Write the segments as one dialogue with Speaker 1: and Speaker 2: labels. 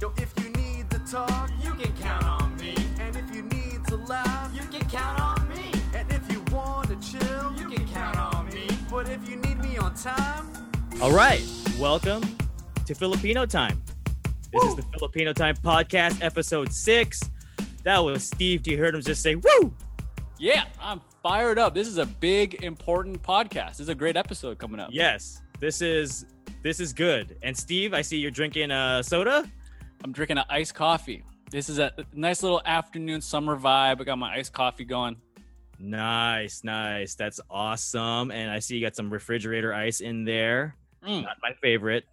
Speaker 1: Yo, if you need to talk,
Speaker 2: You can count on me.
Speaker 1: and if you need to laugh,
Speaker 2: You can count on me.
Speaker 1: and if you want to chill,
Speaker 2: You can count on me.
Speaker 1: But if you need me on time,
Speaker 3: All right, welcome to Filipino Time. This is the Filipino Time podcast, episode six. That was Steve. Do you heard him just say "woo"?
Speaker 4: Yeah, I'm fired up. This is a big, important podcast. This is a great episode coming up.
Speaker 3: Yes, this is this is good. And Steve, I see you're drinking uh, soda.
Speaker 4: I'm drinking an iced coffee. This is a nice little afternoon summer vibe. I got my iced coffee going.
Speaker 3: Nice, nice. That's awesome. And I see you got some refrigerator ice in there.
Speaker 4: Mm.
Speaker 3: Not my favorite,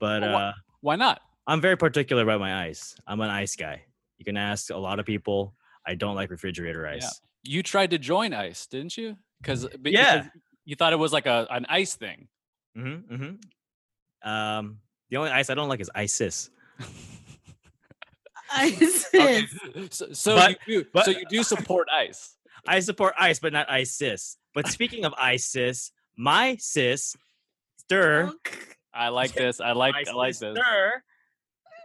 Speaker 3: but
Speaker 4: Oh, wha-
Speaker 3: uh,
Speaker 4: Why not?
Speaker 3: I'm very particular about my ice. I'm an ice guy. You can ask a lot of people. I don't like refrigerator ice.
Speaker 4: Yeah. You tried to join ICE, didn't you? Because
Speaker 3: Yeah.
Speaker 4: you thought it was like a an ICE thing.
Speaker 3: Mm-hmm, Um, the only ice I don't like is ISIS.
Speaker 4: Okay. So, so
Speaker 3: But-
Speaker 4: you do,
Speaker 3: but-
Speaker 4: so you do support ICE.
Speaker 3: I support ICE, but not ISIS. But speaking of ISIS, my sis, stir,
Speaker 4: I like this. I like
Speaker 3: my
Speaker 4: I like this.
Speaker 3: sister,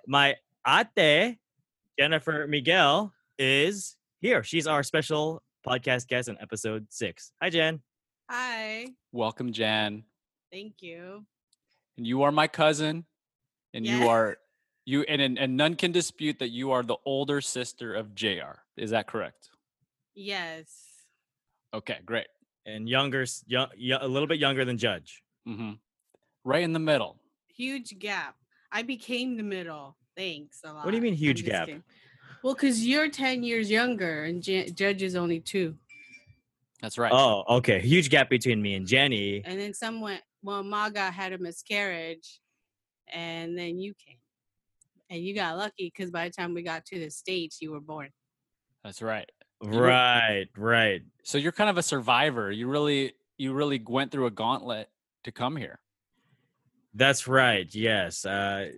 Speaker 3: my ate, Jennifer Miguel, is here. She's our special podcast guest on episode six. Hi, Jen.
Speaker 5: Hi.
Speaker 4: Welcome, Jan.
Speaker 5: Thank you.
Speaker 4: and you are my cousin and
Speaker 5: Yes.
Speaker 4: you are you and, and and none can dispute that you are the older sister of JR. Is that correct?
Speaker 5: Yes.
Speaker 4: Okay, great.
Speaker 3: And younger, s- yo- yo- a little bit younger than Judge.
Speaker 4: hmm Right in the middle.
Speaker 5: Huge gap. I became the middle. Thanks a lot.
Speaker 3: What do you mean,
Speaker 5: I'm
Speaker 3: huge
Speaker 5: just
Speaker 3: gap?
Speaker 5: kidding. Well, because you're 10 years younger and J- Judge is only two.
Speaker 4: That's right.
Speaker 3: Oh, okay. Huge gap between me and Jenny.
Speaker 5: And then someone, well, Maga had a miscarriage and then you came. And you got lucky because by the time we got to the States, you were
Speaker 3: Mm,
Speaker 5: born.
Speaker 4: That's right. were-
Speaker 3: Right, right.
Speaker 4: So you're kind of a survivor. You really you really went through a gauntlet to come here.
Speaker 3: That's right. Yes. Uh,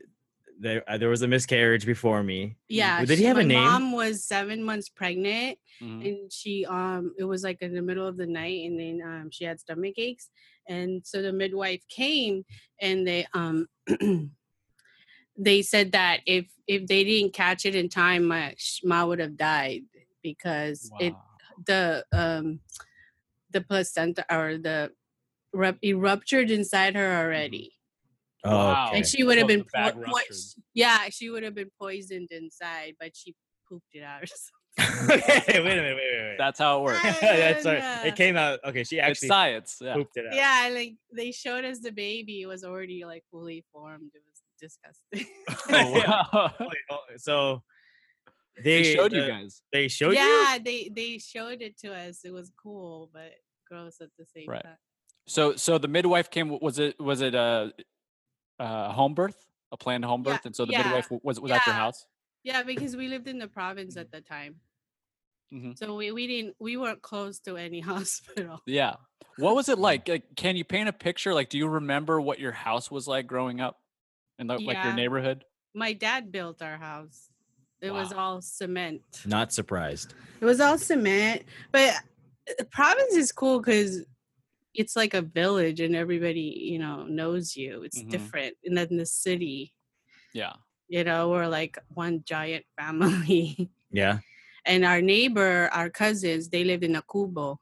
Speaker 3: there, uh, there was a miscarriage before me.
Speaker 5: Yeah.
Speaker 3: Well, did he
Speaker 5: she-
Speaker 3: have a
Speaker 5: my
Speaker 3: name?
Speaker 5: mom was seven months pregnant
Speaker 4: Mhm.
Speaker 5: and she um it was like in the middle of the night and then um she had stomach aches and so the midwife came and they um they said that if if they didn't catch it in time my sh- ma would have died because it
Speaker 4: Wow.
Speaker 5: the um the placenta or the rup- it ruptured inside her already
Speaker 3: Oh,
Speaker 4: Wow.
Speaker 3: okay.
Speaker 5: and she would have
Speaker 4: Mm-hmm. So
Speaker 5: been
Speaker 4: the bag
Speaker 5: po- po-
Speaker 4: ruptured.
Speaker 5: yeah she would have been poisoned inside but she pooped it out or something.
Speaker 3: okay, wait a minute, wait, wait, wait.
Speaker 4: That's how it works.
Speaker 5: That-
Speaker 3: That's right.
Speaker 5: Diana.
Speaker 3: It came out. Okay, she
Speaker 4: it's
Speaker 3: actually oh,
Speaker 4: science. Yeah.
Speaker 3: pooped it out.
Speaker 5: yeah like they showed us the baby it was already like fully formed it was disgusting
Speaker 4: Oh, wow.
Speaker 3: Wait, oh, So they,
Speaker 4: they showed you
Speaker 3: the-
Speaker 4: guys.
Speaker 3: They showed you.
Speaker 5: yeah they they showed it to us it was cool but gross at the same
Speaker 4: Right.
Speaker 5: time
Speaker 4: So so the midwife came was it was it a, a home birth? A planned home
Speaker 5: Yeah,
Speaker 4: birth? And so the
Speaker 5: yeah,
Speaker 4: midwife w- was was at your
Speaker 5: yeah.
Speaker 4: house?
Speaker 5: yeah because we lived in the province at the time
Speaker 4: Mhm.
Speaker 5: so we, we didn't we weren't close to any hospital
Speaker 4: Yeah. What was it like? like? Can you paint a picture? Like, do you remember what your house was like growing up in the, like your
Speaker 5: Yeah.
Speaker 4: neighborhood?
Speaker 5: my dad built our house it was
Speaker 4: Wow.
Speaker 5: all cement
Speaker 3: Not surprised.
Speaker 5: It was all cement, but the province is cool because it's like a village and everybody, you know, knows you. It's
Speaker 4: Mhm.
Speaker 5: different and then the city,
Speaker 4: Yeah.
Speaker 5: you know, we're like one giant family.
Speaker 3: Yeah.
Speaker 5: and our neighbor, our cousins, they lived in a kubo.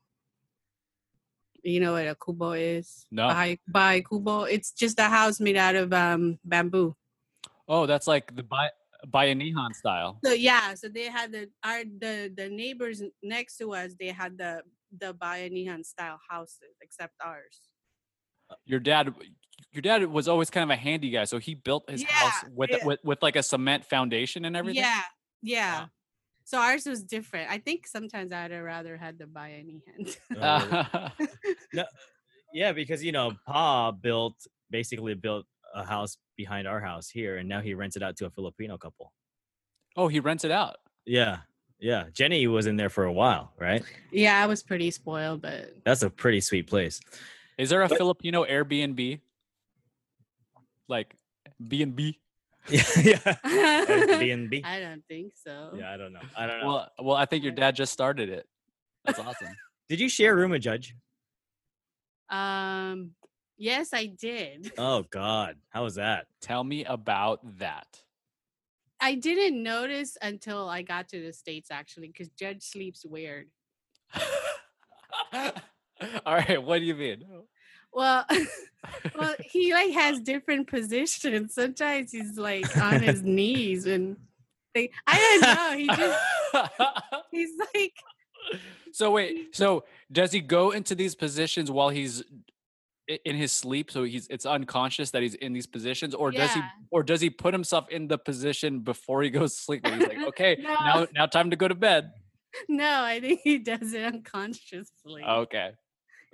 Speaker 5: You know what a kubo is?
Speaker 4: No.
Speaker 5: By, by kubo, it's just a house made out of um, bamboo.
Speaker 4: Oh, that's like the by by Nihan style.
Speaker 5: So yeah, so they had the our the the neighbors n- next to us. They had the the Bayanihan style houses, except ours.
Speaker 4: Your dad, your dad was always kind of a handy guy, so he built his house
Speaker 5: Yeah,
Speaker 4: with,
Speaker 5: yeah.
Speaker 4: with with like a cement foundation and everything. Oh.
Speaker 5: Yeah, yeah. So ours was different. I think sometimes I'd have rather had the Bayanihan.
Speaker 4: Uh,
Speaker 3: yeah, because you know, Pa built basically built a house behind our house here, and now he rents it out to a Filipino couple.
Speaker 4: oh, he rents it out.
Speaker 3: Yeah. Yeah. Jenny was in there for a while, right?
Speaker 5: yeah, I was pretty spoiled, but
Speaker 3: That's a pretty sweet place.
Speaker 4: Is there a
Speaker 3: But-
Speaker 4: Filipino Airbnb? Like B and B.
Speaker 3: yeah. Airbnb.
Speaker 5: I don't think so.
Speaker 3: Yeah, I don't know. I don't know.
Speaker 4: Well, well, I think your dad just started it. That's awesome.
Speaker 3: Did you share a room with Judge?
Speaker 5: Um. Yes, I did.
Speaker 3: Oh God, how was that?
Speaker 4: Tell me about that.
Speaker 5: I didn't notice until I got to the states actually, because Judge sleeps weird.
Speaker 4: All right, what do you mean?
Speaker 5: Well, well, he like has different positions. Sometimes he's like on his knees, and they, I don't know. He just he's like
Speaker 4: so wait, so does he go into these positions while he's i- in his sleep so he's it's unconscious that he's in these positions or does he
Speaker 5: Yeah.
Speaker 4: or does he put himself in the position before he goes to sleep where he's like okay
Speaker 5: No.
Speaker 4: now now time to go to bed
Speaker 5: no. I think he does it unconsciously.
Speaker 3: Oh,
Speaker 4: okay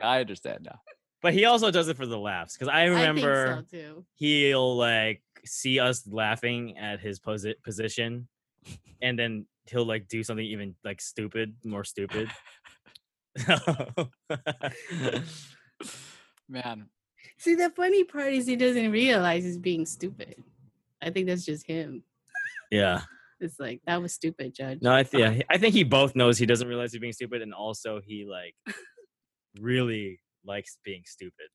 Speaker 4: i understand now
Speaker 3: But he also does it for the laughs because I remember
Speaker 5: I think so too.
Speaker 3: he'll like see us laughing at his posi- position, and then he'll like do something even like stupid, more stupid.
Speaker 4: man
Speaker 5: See, the funny part is he doesn't realize he's being stupid. I think that's just him.
Speaker 3: yeah.
Speaker 5: It's like that was stupid, Judge.
Speaker 3: No, I th- yeah, I think he both knows he doesn't realize he's being stupid, and also he like really likes being stupid.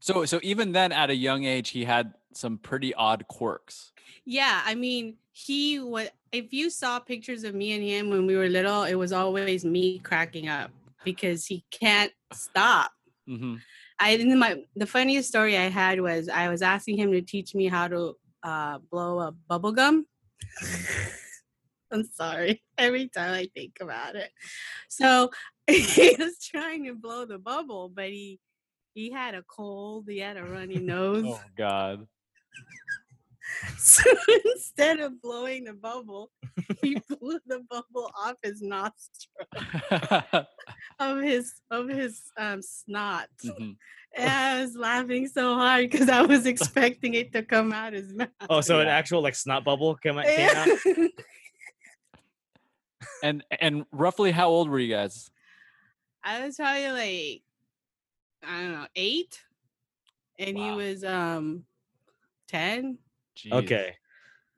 Speaker 4: so so even then at a young age he had some pretty odd quirks
Speaker 5: Yeah, I mean, he was. If you saw pictures of me and him when we were little, it was always me cracking up because he can't stop.
Speaker 4: hmm
Speaker 5: I didn't. My the funniest story I had was I was asking him to teach me how to uh, blow a bubble gum. I'm sorry. Every time I think about it, so he was trying to blow the bubble, but he he had a cold. He had a runny nose.
Speaker 4: oh god
Speaker 5: So instead of blowing the bubble, he blew the bubble off his nostril
Speaker 4: Mm-hmm.
Speaker 5: of his of his um, snot.
Speaker 4: Mhm.
Speaker 5: And
Speaker 3: Oh.
Speaker 5: I was laughing so hard because I was expecting it to come out his mouth.
Speaker 3: Oh, so an
Speaker 4: Yeah.
Speaker 3: actual like snot bubble came, out- came out.
Speaker 4: and and roughly how old were you guys
Speaker 5: I was probably like I don't know eight, and he
Speaker 4: Wow.
Speaker 5: was um ten
Speaker 4: Jeez.
Speaker 3: Okay,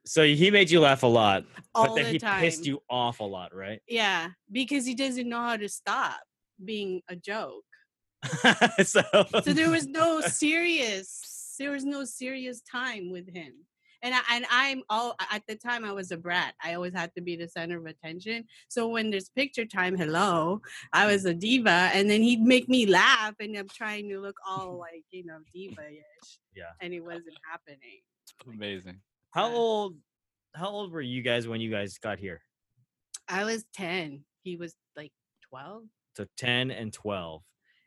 Speaker 3: so he made you laugh a lot,
Speaker 5: all
Speaker 3: but then
Speaker 5: the
Speaker 3: he
Speaker 5: time.
Speaker 3: pissed you off a lot, right?
Speaker 5: Yeah, because he doesn't know how to stop being a joke.
Speaker 3: so,
Speaker 5: so there was no serious there was no serious time with him and I, and I'm all at the time I was a brat. I always had to be the center of attention. So when there's picture time, hello, I was a diva, and then he'd make me laugh, and I'm trying to look all like you know diva-ish.
Speaker 3: Yeah.
Speaker 5: And it wasn't happening.
Speaker 4: amazing
Speaker 3: how old? How old were you guys when you guys got here?
Speaker 5: I was ten. He was like twelve.
Speaker 3: So ten and twelve,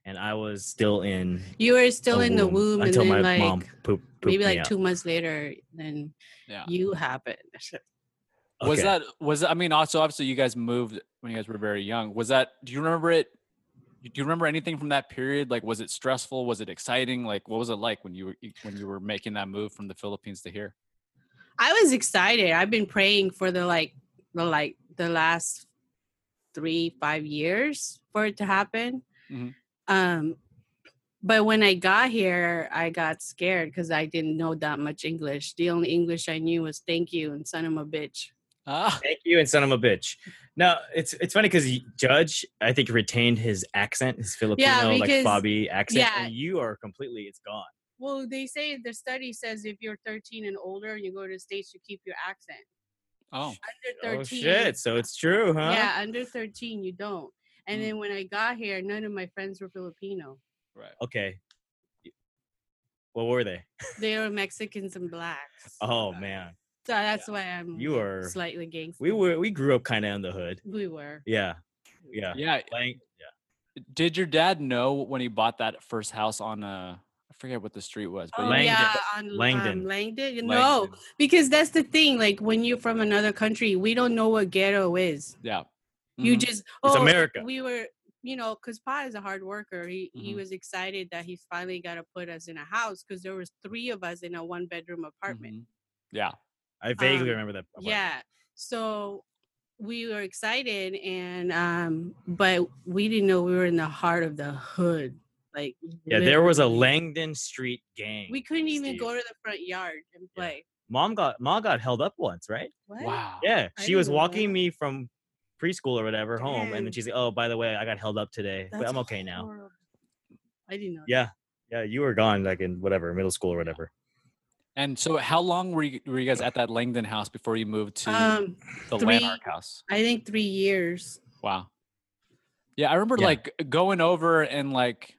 Speaker 3: and I was still in
Speaker 5: You were still
Speaker 3: a
Speaker 5: in the womb,
Speaker 3: Oh, until
Speaker 5: and then
Speaker 3: my
Speaker 5: like
Speaker 3: mom poop, pooped
Speaker 5: maybe
Speaker 3: me
Speaker 5: like
Speaker 3: out.
Speaker 5: two months later, then
Speaker 4: yeah
Speaker 5: you happened.
Speaker 4: Was
Speaker 3: Okay.
Speaker 4: that was that- I mean also obviously you guys moved when you guys were very young. Was that do you remember it? Do you remember anything from that period? Like was it stressful? Was it exciting? Like what was it like when you were when you were making that move from the Philippines to here?
Speaker 5: I was excited. I've been praying for the like the like the last three five years for it to happen.
Speaker 3: Mm-hmm.
Speaker 4: Mhm.
Speaker 5: Um, but when I got here, I got scared because I didn't know that much English. The only English I knew was "thank you" and "son of a bitch."
Speaker 4: Ah,
Speaker 3: Thank you and son of a bitch. No, it's it's funny because Judge, I think, retained his accent, his Filipino like
Speaker 5: because-
Speaker 3: Bobby accent.
Speaker 5: yeah.
Speaker 3: and you are completely it's gone.
Speaker 5: Well, they say the study says if you're 13 and older, you go to the states, you keep your accent.
Speaker 4: oh,
Speaker 5: Under 13,
Speaker 3: Oh shit! So it's true, huh? Hmm.
Speaker 5: yeah, under 13 you don't. And
Speaker 4: Mm.
Speaker 5: then when I got here, none of my friends were Filipino.
Speaker 4: right.
Speaker 3: Okay. What were they?
Speaker 5: They were Mexicans and blacks.
Speaker 3: Oh man,
Speaker 5: So that's why I'm
Speaker 3: you are.
Speaker 5: slightly gangster.
Speaker 3: We were we grew up kind of in the hood.
Speaker 5: We were.
Speaker 3: Yeah, yeah.
Speaker 4: Yeah.
Speaker 3: Playing-
Speaker 4: Did your dad know when he bought that first house on uh I forget what the street was, but
Speaker 5: Oh,
Speaker 3: Langdon.
Speaker 5: yeah, on Langdon.
Speaker 3: Langdon.
Speaker 5: Um,
Speaker 4: Langdon.
Speaker 5: Langdon. No, because that's the thing. Like when you're from another country, we don't know what ghetto is.
Speaker 4: Yeah.
Speaker 5: You
Speaker 4: Mhm.
Speaker 5: just oh, like,
Speaker 3: Mm-hmm. America. Mm-hmm.
Speaker 5: We were, you know, because Pa is a hard worker. He he
Speaker 4: Mhm.
Speaker 5: was excited that he finally got to put us in a house because there was three of us in a one bedroom apartment.
Speaker 4: Mhm. Yeah.
Speaker 3: I vaguely
Speaker 5: Um,
Speaker 3: remember that. apartment.
Speaker 5: Yeah. So we were excited and um but we didn't know we were in the heart of the hood. Like
Speaker 3: yeah. There was a
Speaker 5: literally.
Speaker 3: Langdon Street gang.
Speaker 5: We couldn't even
Speaker 3: Steve.
Speaker 5: go to the front yard and
Speaker 3: Yeah.
Speaker 5: play.
Speaker 3: Mom got mom got held up once, right?
Speaker 5: What?
Speaker 4: Wow.
Speaker 3: Yeah,
Speaker 5: I
Speaker 3: she was
Speaker 5: didn't know
Speaker 3: walking
Speaker 5: that.
Speaker 3: me from preschool or whatever home, and then
Speaker 5: Dang.
Speaker 3: she's like, "Oh, by the way, I got held up today, but
Speaker 5: That's
Speaker 3: I'm okay now."
Speaker 5: horrible. I didn't know.
Speaker 3: Yeah, yeah, you were gone like in whatever middle school or whatever.
Speaker 4: And so, how long were you were you guys at that Langdon house before you moved to
Speaker 5: Um,
Speaker 4: the
Speaker 5: three-
Speaker 4: Lanark house?
Speaker 5: I think three years.
Speaker 3: Oh.
Speaker 4: Wow. Yeah, I remember
Speaker 3: Yeah.
Speaker 4: like going over and like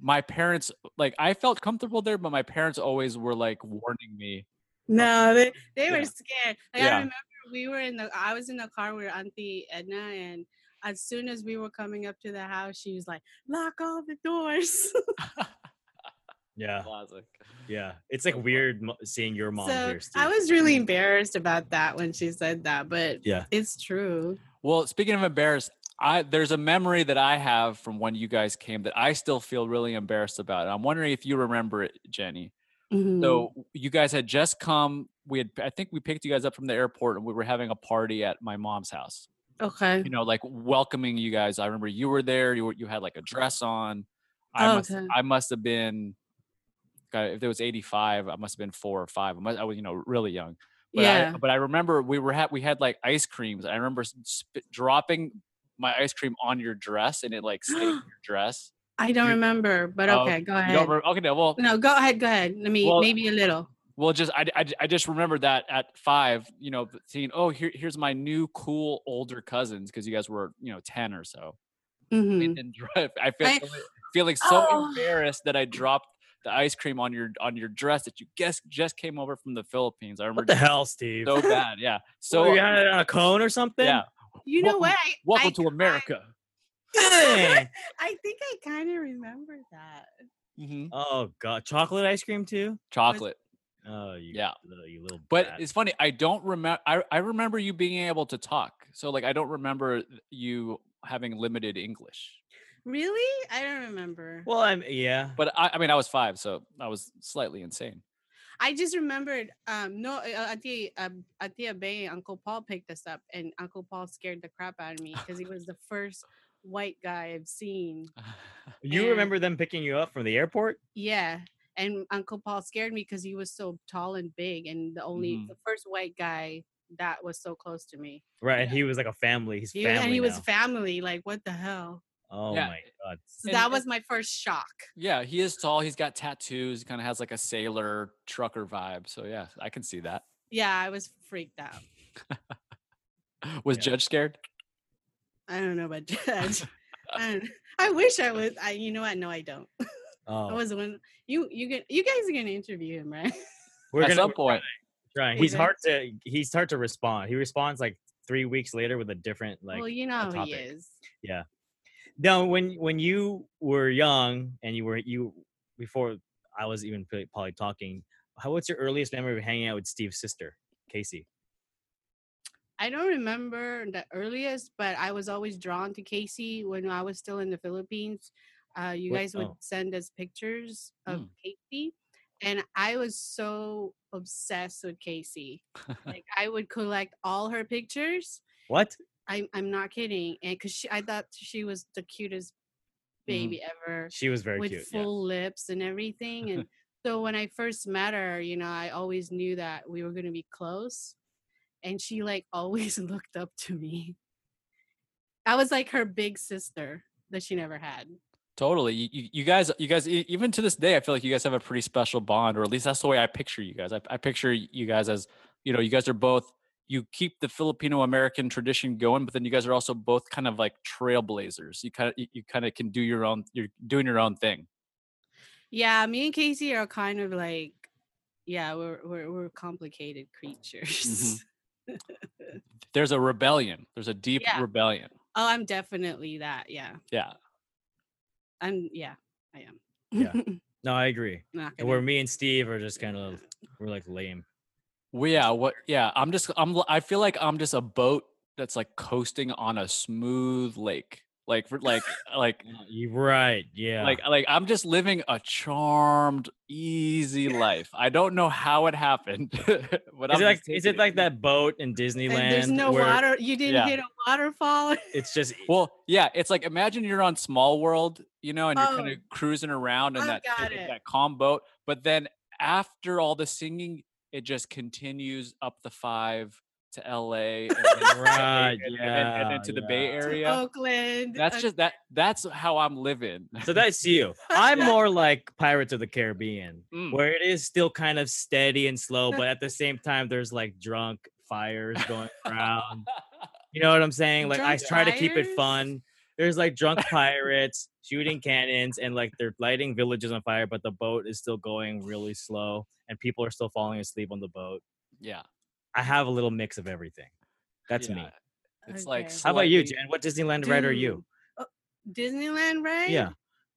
Speaker 4: my parents like I felt comfortable there, but my parents always were like warning me.
Speaker 5: No, they, they were
Speaker 4: Yeah.
Speaker 5: scared. Like,
Speaker 4: Yeah.
Speaker 5: I remember we were in the I was in the car with Auntie Edna and as soon as we were coming up to the house, she was like, lock all the doors.
Speaker 3: Yeah,
Speaker 4: Classic.
Speaker 3: yeah. It's like weird mo- seeing your mom
Speaker 5: so
Speaker 3: here. Steve.
Speaker 5: I was really embarrassed about that when she said that, but
Speaker 3: Yeah.
Speaker 5: it's true.
Speaker 4: Well, speaking of embarrassed, I there's a memory that I have from when you guys came that I still feel really embarrassed about. And I'm wondering if you remember it, Jenny.
Speaker 5: Mhm.
Speaker 4: So you guys had just come. We had I think we picked you guys up from the airport and we were having a party at my mom's house.
Speaker 5: okay.
Speaker 4: you know, like welcoming you guys. I remember you were there. You were, you had like a dress on. I
Speaker 5: Oh,
Speaker 4: must
Speaker 5: okay.
Speaker 4: I must have been, God, if there was eighty five, I must have been four or five. I, must, I was you know really young. But
Speaker 5: yeah.
Speaker 4: I, but I remember we were had we had like ice creams. I remember s- sp- dropping my ice cream on your dress and it like stayed in your dress.
Speaker 5: I, don't
Speaker 4: you-
Speaker 5: remember, but
Speaker 4: Oh,
Speaker 5: okay, go
Speaker 4: You
Speaker 5: ahead.
Speaker 4: don't remember? Okay, no, well,
Speaker 5: no, go ahead, go ahead. Let me
Speaker 4: Well-
Speaker 5: maybe a little.
Speaker 4: Well, just I, I, I just remember that at five, you know, seeing oh here here's my new cool older cousins because you guys were you know ten or so.
Speaker 5: Mhm.
Speaker 4: and drive. I feel
Speaker 5: I-
Speaker 4: so- feeling so
Speaker 5: Oh.
Speaker 4: embarrassed that I dropped the ice cream on your on your dress that you guess just came over from the Philippines. I remember
Speaker 3: what the hell, Steve?
Speaker 4: so bad. Yeah.
Speaker 3: so
Speaker 4: So
Speaker 3: Oh,
Speaker 5: um,
Speaker 3: you had it on a cone or something?
Speaker 4: yeah.
Speaker 5: You know
Speaker 4: Welcome-
Speaker 5: what? I-
Speaker 4: Welcome
Speaker 5: I
Speaker 4: to America.
Speaker 3: Dang.
Speaker 5: I think I kind of remember that.
Speaker 4: Mhm.
Speaker 3: oh god, chocolate ice cream too?
Speaker 4: Chocolate.
Speaker 3: Oh, you,
Speaker 4: Yeah.
Speaker 3: little- you little.
Speaker 4: But
Speaker 3: brat.
Speaker 4: it's funny. I don't remember. I, I remember you being able to talk. So like I don't remember you having limited English.
Speaker 5: Really? I don't remember.
Speaker 3: well, I'm yeah.
Speaker 4: But I, I mean I was five, so I was slightly insane.
Speaker 5: I just remembered. Um, no, uh, Auntie uh, Auntie Bay, Uncle Paul picked us up, and Uncle Paul scared the crap out of me because he was the first white guy I've seen.
Speaker 3: You
Speaker 5: and-
Speaker 3: remember them picking you up from the airport?
Speaker 5: Yeah, and Uncle Paul scared me because he was so tall and big, and the only
Speaker 3: Mm-hmm.
Speaker 4: Mhm.
Speaker 5: the first white guy that was so close to me.
Speaker 3: Right, and he was like a family. He's
Speaker 5: He,
Speaker 3: family
Speaker 5: and he was
Speaker 3: now.
Speaker 5: family. Like, what the hell?
Speaker 3: oh
Speaker 4: Yeah.
Speaker 3: my god.
Speaker 5: So
Speaker 4: And-
Speaker 5: that
Speaker 4: and-
Speaker 5: was my first shock.
Speaker 4: yeah, he is tall. He's got tattoos. Kind of has like a sailor trucker vibe. So yeah, I can see that.
Speaker 5: Yeah, I was freaked out.
Speaker 4: Was
Speaker 3: Yeah.
Speaker 4: Judge scared?
Speaker 5: I don't know about judge. I, don't- I wish I was. I, you know what? No, I don't. I
Speaker 3: Oh,
Speaker 5: was one. You you get you guys are gonna interview him, right?
Speaker 3: we're
Speaker 4: At
Speaker 3: gonna
Speaker 4: some point.
Speaker 3: try.
Speaker 5: We're
Speaker 3: He's
Speaker 5: gonna-
Speaker 3: hard to he's hard to respond. He responds like three weeks later with a different like.
Speaker 5: well, you know how he
Speaker 3: topic.
Speaker 5: is.
Speaker 3: No, when when you were young and you were you before I was even p- probably talking. How what's your earliest memory of hanging out with Steve's sister, Casey?
Speaker 5: I don't remember the earliest, but I was always drawn to Casey when I was still in the Philippines. Uh, you
Speaker 3: What-
Speaker 5: guys would
Speaker 3: oh.
Speaker 5: send us pictures of
Speaker 4: Mm.
Speaker 5: Casey, and I was so obsessed with Casey. like I would collect all her pictures.
Speaker 3: What?
Speaker 5: I'm I'm not kidding, and because she, I thought she was the cutest
Speaker 3: Mm-hmm.
Speaker 5: baby ever.
Speaker 3: She was very
Speaker 5: with
Speaker 3: cute. yeah.
Speaker 5: full lips and everything. And so when I first met her, you know, I always knew that we were going to be close. And she like always looked up to me. I was like her big sister that she never had.
Speaker 4: Totally. You, you, you guys, you guys, e- even to this day, I feel like you guys have a pretty special bond, or at least that's the way I picture you guys. I, I picture you guys as, you know, you guys are both, you keep the Filipino American tradition going, but then you guys are also both kind of like trailblazers. You kind of, you, you kind of can do your own, you're doing your own thing.
Speaker 5: Yeah, me and Casey are kind of like, yeah, we're we're, we're complicated
Speaker 3: Mm-hmm.
Speaker 5: creatures.
Speaker 4: There's a rebellion. There's a deep
Speaker 5: Yeah.
Speaker 4: rebellion.
Speaker 5: oh, I'm definitely that. Yeah,
Speaker 4: Yeah.
Speaker 5: I'm. Yeah, I am.
Speaker 3: Yeah. No, I agree.
Speaker 5: Not
Speaker 3: And
Speaker 5: gonna-
Speaker 3: where me and Steve are just kind of we're like lame.
Speaker 4: Well, yeah. What? Yeah. I'm just. I'm. l- I feel like I'm just a boat that's like coasting on a smooth lake. Like, for, like, like
Speaker 3: You right? Yeah.
Speaker 4: like like i'm just living a charmed easy life i don't know how it happened but
Speaker 3: is
Speaker 4: I'm
Speaker 3: it like
Speaker 4: just
Speaker 3: is
Speaker 4: taking
Speaker 3: it like that boat in Disneyland?
Speaker 5: and there's no
Speaker 3: where
Speaker 5: water. You didn't
Speaker 4: yeah.
Speaker 5: hit a waterfall.
Speaker 3: It's just
Speaker 4: well yeah it's like imagine you're on small world you know and you're kind
Speaker 5: Oh.
Speaker 4: of cruising around in
Speaker 5: I've
Speaker 4: that
Speaker 5: got
Speaker 4: in
Speaker 5: it.
Speaker 4: that calm boat but then after all the singing it just continues up the five to LA, and then to LA,
Speaker 3: Right,
Speaker 4: and, and-
Speaker 3: yeah,
Speaker 4: and then to the Bay
Speaker 3: yeah. Oh,
Speaker 4: Area.
Speaker 5: Oakland.
Speaker 4: That's
Speaker 5: uh,
Speaker 4: just that. That's how I'm living.
Speaker 3: So that's you. I'm more like Pirates of the Caribbean,
Speaker 4: Mm.
Speaker 3: where it is still kind of steady and slow, but at the same time, there's like drunk fires going around. You know what I'm saying? Like I
Speaker 5: Drunk
Speaker 3: try to keep it
Speaker 5: fires?
Speaker 3: fun. There's like drunk pirates shooting cannons and like they're lighting villages on fire, but the boat is still going really slow and people are still falling asleep on the boat.
Speaker 4: Yeah,
Speaker 3: I have a little mix of everything. That's me.
Speaker 4: yeah. It's like
Speaker 5: Okay.
Speaker 3: How about you,
Speaker 4: slightly-
Speaker 3: Jen? What Disneyland ride are
Speaker 5: dude.
Speaker 3: you?
Speaker 5: Oh, Disneyland ride?
Speaker 3: Yeah.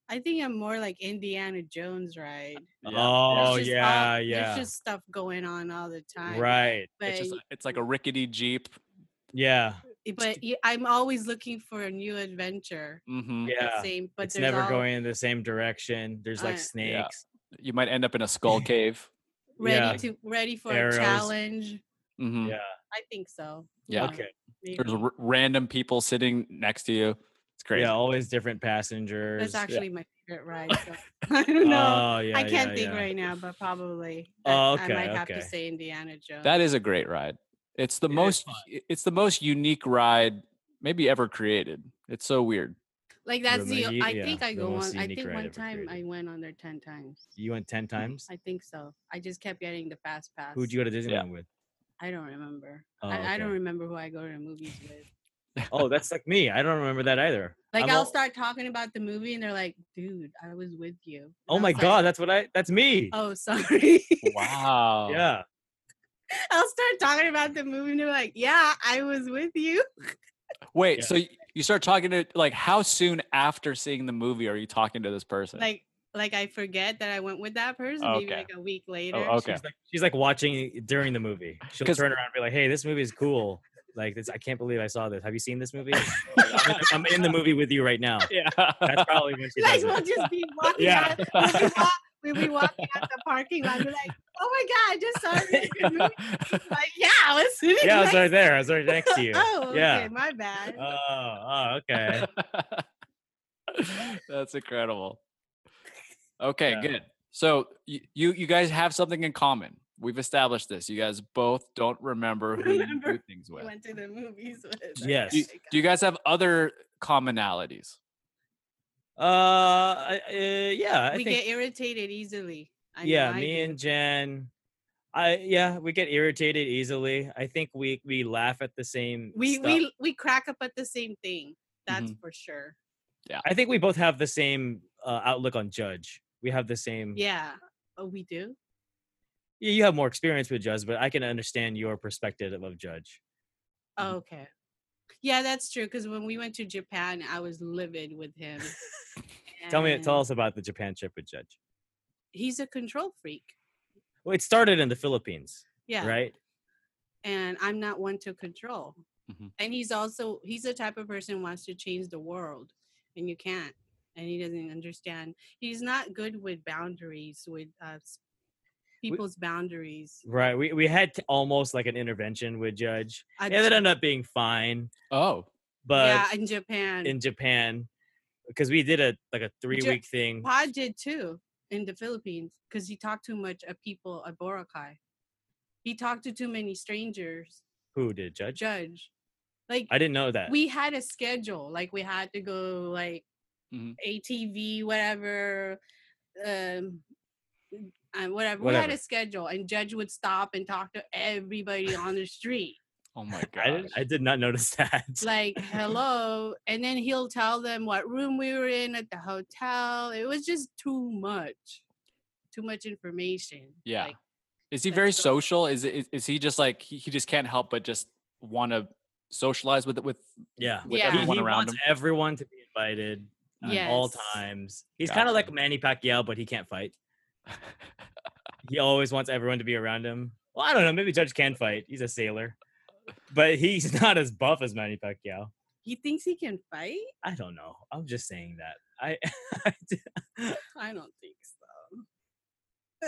Speaker 5: I think I'm more like Indiana Jones ride.
Speaker 4: Yeah.
Speaker 3: Oh
Speaker 5: There's just
Speaker 3: yeah,
Speaker 5: all-
Speaker 3: yeah.
Speaker 5: There's just stuff going on all the time.
Speaker 3: right.
Speaker 5: But,
Speaker 4: It's just it's like a rickety jeep.
Speaker 3: Yeah.
Speaker 5: but y- I'm always looking for a new adventure.
Speaker 4: hmm
Speaker 3: Yeah.
Speaker 5: Same, Mm, but
Speaker 3: it's
Speaker 5: there's
Speaker 3: never
Speaker 5: all-
Speaker 3: going in the same direction. There's like
Speaker 5: Uh,
Speaker 4: Yeah.
Speaker 3: snakes.
Speaker 4: You might end up in a skull cave.
Speaker 5: ready
Speaker 3: yeah.
Speaker 5: to ready for
Speaker 3: Arrows.
Speaker 5: a challenge. Mm.
Speaker 4: Mhm.
Speaker 3: Yeah.
Speaker 5: I think so.
Speaker 4: Yeah.
Speaker 3: Okay.
Speaker 5: Maybe.
Speaker 4: There's r- random people sitting next to you. It's crazy.
Speaker 3: Yeah. Always different passengers.
Speaker 5: That's
Speaker 3: Yeah.
Speaker 5: actually my favorite ride. So. I don't know.
Speaker 3: Oh, yeah,
Speaker 5: I can't
Speaker 3: yeah,
Speaker 5: think
Speaker 3: yeah.
Speaker 5: right now, but probably.
Speaker 3: Oh,
Speaker 5: I-
Speaker 3: okay,
Speaker 5: I might have
Speaker 3: okay.
Speaker 5: to say Indiana Jones.
Speaker 4: That is a great ride. It's the
Speaker 3: It is
Speaker 4: most
Speaker 3: fun.
Speaker 4: i- it's the most unique ride maybe ever created. It's so weird.
Speaker 5: like that's the.
Speaker 3: Rumi-
Speaker 5: I
Speaker 3: yeah,
Speaker 5: think I
Speaker 3: the
Speaker 5: go
Speaker 3: most
Speaker 5: on. I
Speaker 3: unique
Speaker 5: think
Speaker 3: ride
Speaker 5: one
Speaker 3: ever
Speaker 5: time I
Speaker 3: created.
Speaker 5: went on there ten times.
Speaker 3: You went
Speaker 5: Mm-hmm.
Speaker 3: ten times.
Speaker 5: I think so. I just kept getting the fast pass.
Speaker 3: Who'd you go to Disneyland with?
Speaker 5: I don't remember.
Speaker 3: Oh,
Speaker 5: I, I don't
Speaker 3: okay.
Speaker 5: remember who I go to the movies with.
Speaker 3: Oh, that's like me. I don't remember that either.
Speaker 5: Like
Speaker 3: I'm
Speaker 5: i will
Speaker 3: all-
Speaker 5: start talking about the movie and they're like, "Dude, I was with you." And
Speaker 3: Oh
Speaker 5: I
Speaker 3: my
Speaker 5: was like,
Speaker 3: god, that's what I. That's me.
Speaker 5: Oh, sorry.
Speaker 4: Wow.
Speaker 3: Yeah.
Speaker 5: I'll start talking about the movie and they're like, "Yeah, I was with you."
Speaker 3: Uh
Speaker 4: Wait,
Speaker 3: Yeah.
Speaker 4: so y- you start talking to like how soon after seeing the movie are you talking to this person?
Speaker 5: Like, like I forget that I went with that person. Maybe
Speaker 4: Okay.
Speaker 5: like a week later.
Speaker 4: oh, okay.
Speaker 3: She's like, she's like watching during the movie. She'll
Speaker 4: 'Cause-
Speaker 3: turn around and be like, "Hey, this movie is cool. Like, this, I can't believe I saw this. Have you seen this movie? I'm, in, I'm in the movie with you right now."
Speaker 4: Yeah.
Speaker 3: That's probably when she
Speaker 5: like
Speaker 3: does
Speaker 5: we'll
Speaker 3: it.
Speaker 5: just be walking
Speaker 3: Yeah.
Speaker 5: out. We'll be, walk, we'll be walking out the parking lot. We're like, oh my god, I just saw a really good movie. Like, yeah, I was sitting
Speaker 3: Yeah, I was
Speaker 5: next-
Speaker 3: right there. I was right next to you.
Speaker 5: Oh,
Speaker 3: yeah.
Speaker 5: okay, my bad.
Speaker 3: Oh, oh, okay.
Speaker 4: That's incredible. Okay,
Speaker 3: Yeah.
Speaker 4: good. So y- you you guys have something in common. We've established this. You guys both don't remember who you do
Speaker 5: Remember.
Speaker 4: things
Speaker 5: We
Speaker 4: with.
Speaker 5: Went to the movies with. okay,
Speaker 3: Yes.
Speaker 4: Do,
Speaker 5: I got
Speaker 4: do you
Speaker 5: it.
Speaker 4: guys have other commonalities?
Speaker 3: Uh, I- uh yeah. I
Speaker 5: we
Speaker 3: think
Speaker 5: get irritated easily. I know
Speaker 3: yeah,
Speaker 5: I
Speaker 3: me
Speaker 5: do.
Speaker 3: and Jen. I yeah, we get irritated easily. I think we we laugh at the same.
Speaker 5: we
Speaker 3: stuff. Mm-hmm.
Speaker 5: we we crack up at the same thing. That's for sure.
Speaker 3: I think we both have the same uh, outlook on Judge. We have the same.
Speaker 5: Yeah. Oh, we do.
Speaker 3: Yeah, you have more experience with Judge, but I can understand your perspective of Judge. Mm-hmm.
Speaker 5: Oh, okay. Yeah, that's true. Because when we went to Japan, I was livid with him.
Speaker 3: Tell me, tell
Speaker 5: And
Speaker 3: us about the Japan trip with Judge.
Speaker 5: He's a control freak.
Speaker 3: Well, it started in the Philippines,
Speaker 5: Yeah.
Speaker 3: right?
Speaker 5: and I'm not one to control.
Speaker 4: Mhm.
Speaker 5: And he's also he's the type of person who wants to change the world, and you can't. And he doesn't understand. He's not good with boundaries with uh, s- people's boundaries.
Speaker 3: Right. We we had t- almost like an intervention with Judge.
Speaker 5: I
Speaker 3: It ended up being fine,
Speaker 4: Oh,
Speaker 3: but
Speaker 5: yeah, in Japan,
Speaker 3: in Japan, because we did a like a three week thing.
Speaker 5: Pa did too in the Philippines because he talked too much of people at Boracay. He talked to too many strangers.
Speaker 3: Who did Judge?
Speaker 5: Judge, like
Speaker 3: I didn't know that.
Speaker 5: we had a schedule like we had to go like
Speaker 3: Mm-hmm.
Speaker 4: Mhm.
Speaker 5: atv whatever um uh, whatever. we had
Speaker 3: Whatever.
Speaker 5: a schedule and judge would stop and talk to everybody on the street
Speaker 4: oh my
Speaker 3: I,
Speaker 4: god.
Speaker 3: didn't- I did not notice that.
Speaker 5: like hello and then he'll tell them what room we were in at the hotel it was just too much too much information
Speaker 4: Yeah.
Speaker 5: like,
Speaker 4: Is he
Speaker 5: that's
Speaker 4: very
Speaker 5: so-
Speaker 4: social? Is it? Is he just like he, he just can't help but just want to socialize with with
Speaker 3: yeah.
Speaker 4: with
Speaker 5: Yeah.
Speaker 3: He,
Speaker 4: everyone
Speaker 3: he
Speaker 4: around
Speaker 3: wants
Speaker 4: him?
Speaker 3: everyone to be invited at all
Speaker 5: Yes.
Speaker 3: times. He's kind of like Manny Pacquiao, but he can't fight. He always wants everyone to be around him. Well, I don't know. Maybe Judge can fight. He's a sailor, but he's not as buff as Manny Pacquiao.
Speaker 5: he thinks he can fight
Speaker 3: I don't know. I'm just saying that. I.
Speaker 5: i don't think so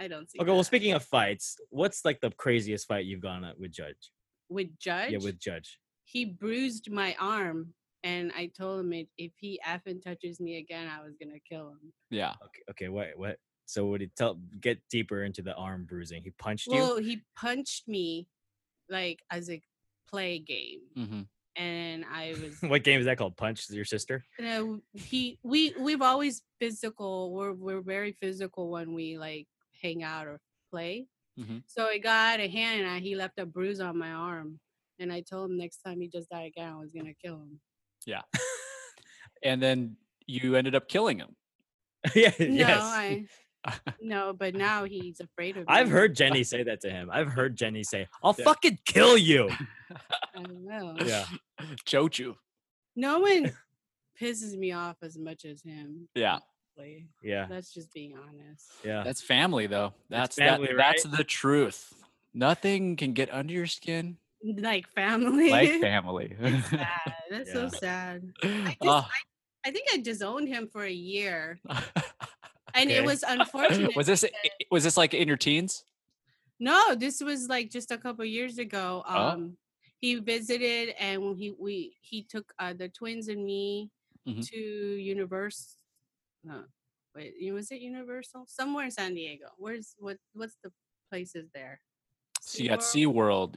Speaker 5: i don't see
Speaker 3: okay. Well, speaking of fights, what's like the craziest fight you've gone at with Judge?
Speaker 5: with judge
Speaker 3: Yeah, with Judge.
Speaker 5: he bruised my arm and I told him if, if he effing touches me again, I was gonna kill him.
Speaker 4: Yeah.
Speaker 3: Okay. Okay. What? What? So would he tell? Get deeper into the arm bruising. He punched you.
Speaker 5: Well, he punched me like as a play game,
Speaker 4: hmm
Speaker 5: and I was
Speaker 3: What game is that called? Punch your sister.
Speaker 5: you know he we we've always physical we're we're very physical when we like hang out or play
Speaker 3: Mm-hmm.
Speaker 4: Mhm.
Speaker 5: so it got out of hand and I, he left a bruise on my arm and i told him next time he does that again i was gonna kill him
Speaker 4: And then you ended up killing him.
Speaker 3: yeah.
Speaker 5: no
Speaker 3: yes.
Speaker 5: i no but now he's afraid of
Speaker 3: I've
Speaker 5: me.
Speaker 3: heard Jenny say that to him. I've heard Jenny say, "I'll fucking kill you."
Speaker 5: i don't know
Speaker 3: Yeah.
Speaker 4: Chochu.
Speaker 5: no one pisses me off as much as him
Speaker 4: Yeah.
Speaker 5: honestly.
Speaker 3: Yeah.
Speaker 5: that's just being honest
Speaker 3: Yeah.
Speaker 4: That's family though.
Speaker 3: That's
Speaker 4: That's that,
Speaker 3: family,
Speaker 4: that's the truth. Nothing can get under your skin
Speaker 5: like family
Speaker 4: like family. Ah.
Speaker 5: Sad. that's so
Speaker 3: Yeah.
Speaker 5: sad
Speaker 4: I
Speaker 5: just- i think i disowned him for a year and it
Speaker 3: Okay.
Speaker 5: was unfortunate.
Speaker 4: was this
Speaker 5: because-
Speaker 4: was this like in your teens?
Speaker 5: no? This was like just a couple years ago.
Speaker 4: Oh.
Speaker 5: Um, he visited, and when he we he took uh, the twins and me
Speaker 4: Mhm.
Speaker 5: to Universe. No, wait, u- was it Universal? Somewhere in San Diego. Where's what? What's the places there?
Speaker 4: So you got
Speaker 5: SeaWorld?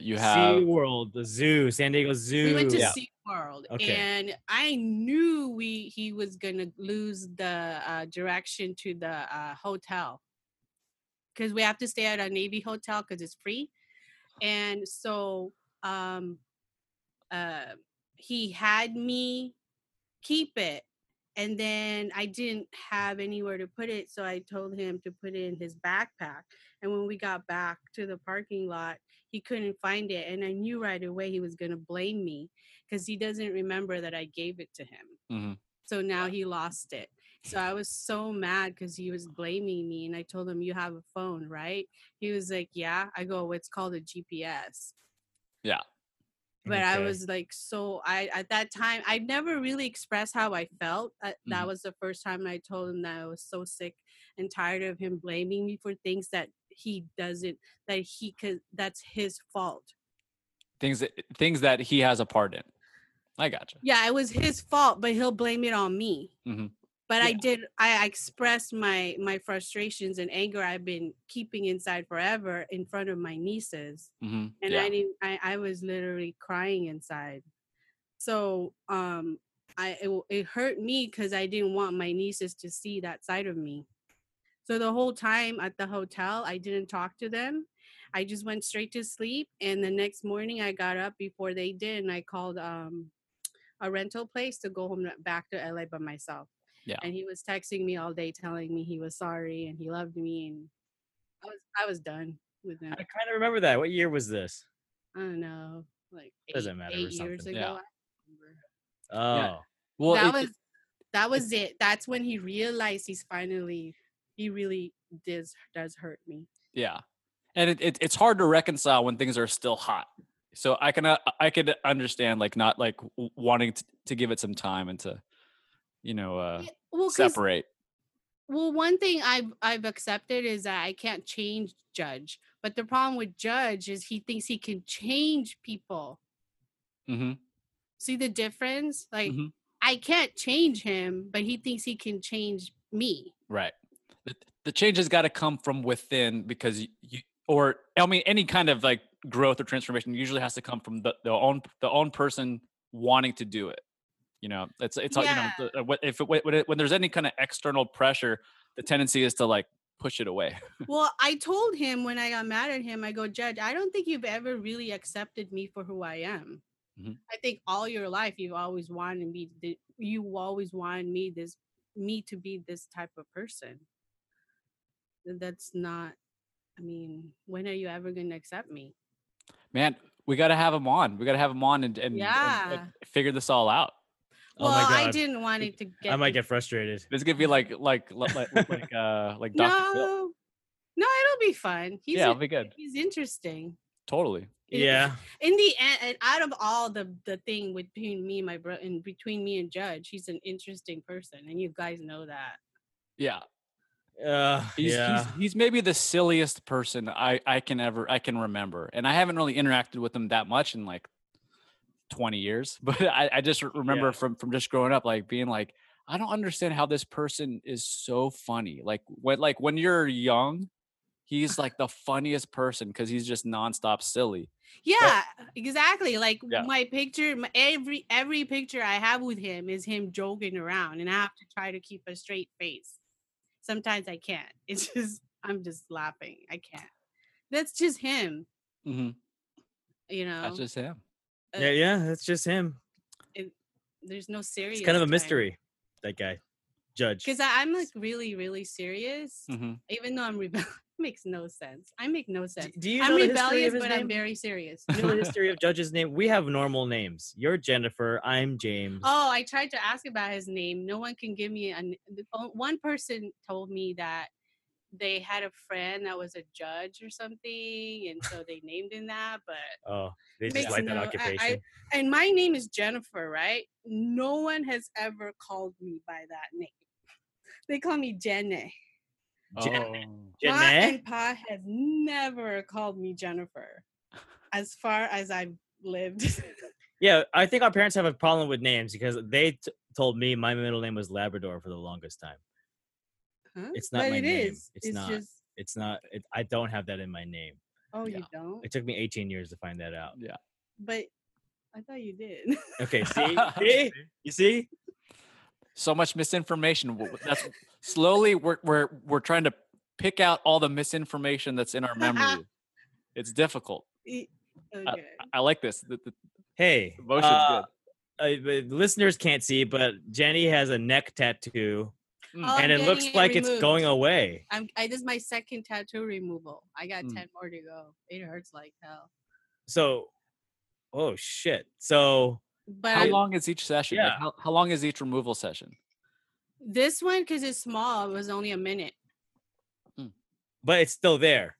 Speaker 4: SeaWorld, you
Speaker 3: Sea
Speaker 4: have
Speaker 3: World, the zoo, San Diego Zoo.
Speaker 5: We went to
Speaker 4: Yeah.
Speaker 5: SeaWorld,
Speaker 3: Okay.
Speaker 5: and I knew we he was gonna lose the uh, direction to the uh, hotel because we have to stay at a Navy hotel because it's free, and so um, uh, he had me keep it, and then I didn't have anywhere to put it, so I told him to put it in his backpack. And when we got back to the parking lot, he couldn't find it and i knew right away he was going to blame me because he doesn't remember that i gave it to him
Speaker 4: Mhm.
Speaker 5: so now he lost it so i was so mad because he was blaming me and i told him you have a phone right he was like yeah i go "Well, it's called a gps but i
Speaker 3: Okay.
Speaker 5: was like so i at that time i never really expressed how i felt Uh, that
Speaker 4: Mhm.
Speaker 5: was the first time i told him that i was so sick and tired of him blaming me for things that he doesn't that he could that's his fault
Speaker 4: things that things that he has a part in. I gotcha.
Speaker 5: yeah it was his fault but he'll blame it on me
Speaker 4: Mhm.
Speaker 5: but i
Speaker 4: Yeah.
Speaker 5: did i I expressed my my frustrations and anger i've been keeping inside forever in front of my nieces
Speaker 4: hmm
Speaker 5: and
Speaker 4: yeah.
Speaker 5: i didn't I, I was literally crying inside so um i it, w- it hurt me because i didn't want my nieces to see that side of me so the whole time at the hotel i didn't talk to them i just went straight to sleep and the next morning i got up before they did and i called um a rental place to go home to- back to la by myself
Speaker 4: Yeah.
Speaker 5: and he was texting me all day telling me he was sorry and he loved me and i was i was done with him
Speaker 3: I kind of remember that. What year was this?
Speaker 5: I don't know, like eight,
Speaker 3: Doesn't matter, or
Speaker 5: eight years
Speaker 3: something.
Speaker 5: ago.
Speaker 4: Yeah.
Speaker 5: I don't remember.
Speaker 3: Oh,
Speaker 4: well,
Speaker 5: that
Speaker 4: it-
Speaker 5: was that was it. That's when he realized he's finally he really does does hurt me.
Speaker 4: Yeah, and it, it, it's hard to reconcile when things are still hot. So I can uh, I could understand like not like w- wanting to, to give it some time and to you know uh
Speaker 5: Yeah, Well, 'cause-
Speaker 4: separate.
Speaker 5: well, one thing I've I've accepted is that I can't change Judge. But the problem with Judge is he thinks he can change people.
Speaker 4: hmm
Speaker 5: See the difference? Like
Speaker 4: Mhm.
Speaker 5: I can't change him, but he thinks he can change me.
Speaker 4: Right. The, the change has got to come from within because you, you or I mean any kind of like growth or transformation usually has to come from the, the own the own person wanting to do it. You know, it's it's all you know
Speaker 5: Yeah.
Speaker 4: the- uh, what- if it, when, when it- when there's any kind of external pressure, the tendency is to like push it away.
Speaker 5: Well, I told him when I got mad at him, I go, Judge, I don't think you've ever really accepted me for who I am.
Speaker 3: Mm-hmm.
Speaker 4: Mhm.
Speaker 5: I think all your life you've always wanted me. th- You always wanted me this, me to be this type of person. And That's not. I mean, when are you ever going to accept me?
Speaker 4: Man, we got to have him on. We got to have him on and and, and- and
Speaker 5: Yeah.
Speaker 4: figure this all out.
Speaker 3: Oh
Speaker 5: well,
Speaker 3: my
Speaker 5: I
Speaker 3: God.
Speaker 5: didn't want it to get.
Speaker 3: I might
Speaker 5: to-
Speaker 3: get frustrated.
Speaker 4: This could be like like like like, like, uh like Dr. Phil.
Speaker 5: No, no, it'll be fun. He's
Speaker 4: Yeah, it'll
Speaker 5: in-
Speaker 4: be good.
Speaker 5: He's interesting.
Speaker 4: Totally.
Speaker 5: It-
Speaker 3: Yeah.
Speaker 5: in the end and out of all the the thing between me and my bro and between me and judge he's an interesting person and you guys know that
Speaker 4: Yeah.
Speaker 3: Uh,
Speaker 4: He's,
Speaker 3: yeah.
Speaker 4: he's he's maybe the silliest person I I can ever I can remember, and I haven't really interacted with him that much in like twenty years. But I, I just remember
Speaker 3: Yeah.
Speaker 4: from from just growing up, like being like, I don't understand how this person is so funny. Like when like when you're young, he's like the funniest person because he's just nonstop silly.
Speaker 5: Yeah, exactly. Like
Speaker 4: Yeah.
Speaker 5: my picture, my, every every picture I have with him is him joking around, and I have to try to keep a straight face. Sometimes I can't. It's just I'm just laughing. I can't. That's just him,
Speaker 4: hmm
Speaker 5: you know.
Speaker 4: That's just him.
Speaker 5: Uh,
Speaker 3: yeah, yeah, that's just him.
Speaker 5: There's no serious.
Speaker 3: It's kind of a mystery. That guy, Judge.
Speaker 5: Because I'm like really, really serious,
Speaker 4: hmm
Speaker 5: even though I'm rebellious. makes no sense. I make no sense.
Speaker 3: Do you
Speaker 5: I'm
Speaker 3: know the history
Speaker 5: rebellious,
Speaker 3: of his
Speaker 5: but I'm
Speaker 3: name?
Speaker 5: very serious.
Speaker 3: Do you know the history of Judge's name? We have normal names. You're Jennifer. I'm James.
Speaker 5: Oh, I tried to ask about his name. No one can give me an. the o- One person told me that they had a friend that was a judge or something, and so they named him that. But
Speaker 3: Oh, they just
Speaker 5: Makes
Speaker 3: like
Speaker 5: no-
Speaker 3: that
Speaker 5: I- I-
Speaker 3: occupation.
Speaker 5: and my name is Jennifer, right? No one has ever called me by that name. They call me Jenny.
Speaker 4: Oh.
Speaker 5: Ma
Speaker 3: Jenna?
Speaker 5: and Pa has never called me Jennifer, as far as I've lived.
Speaker 3: Yeah, I think our parents have a problem with names because they t- told me my middle name was Labrador for the longest time.
Speaker 5: Huh?
Speaker 3: It's not
Speaker 5: but
Speaker 3: my
Speaker 5: it
Speaker 3: name.
Speaker 5: is.
Speaker 3: It's not.
Speaker 5: Just,
Speaker 3: It's not. It, I don't have that in my name.
Speaker 5: oh, you
Speaker 4: Yeah.
Speaker 5: don't.
Speaker 3: It took me 18 years to find that out.
Speaker 4: Yeah.
Speaker 5: But I thought you did.
Speaker 3: Okay, see, see, you see,
Speaker 4: So much misinformation. W- w- That's slowly we're we're we're trying to pick out all the misinformation that's in our memory. it's difficult.
Speaker 5: E-
Speaker 3: Uh,
Speaker 5: okay.
Speaker 3: um,
Speaker 4: I like this. The, the
Speaker 3: hey,
Speaker 4: the motion's
Speaker 3: uh, I, the listeners can't see, but Jenny has a neck tattoo,
Speaker 4: Mm.
Speaker 5: Oh,
Speaker 3: and
Speaker 5: I'm
Speaker 3: it looks
Speaker 5: getting
Speaker 3: like it's
Speaker 5: removed.
Speaker 3: going away.
Speaker 5: I'm, I this is my second tattoo removal. I got
Speaker 3: Hmm.
Speaker 4: Mm.
Speaker 5: ten more to go. It hurts like hell.
Speaker 3: So, oh shit. So
Speaker 5: But
Speaker 4: good. How
Speaker 5: I'm-
Speaker 4: long is each session? Like,
Speaker 3: Yeah.
Speaker 4: how, how long is each removal session?
Speaker 5: this one, because it's small, it was only a minute.
Speaker 3: but it's still there.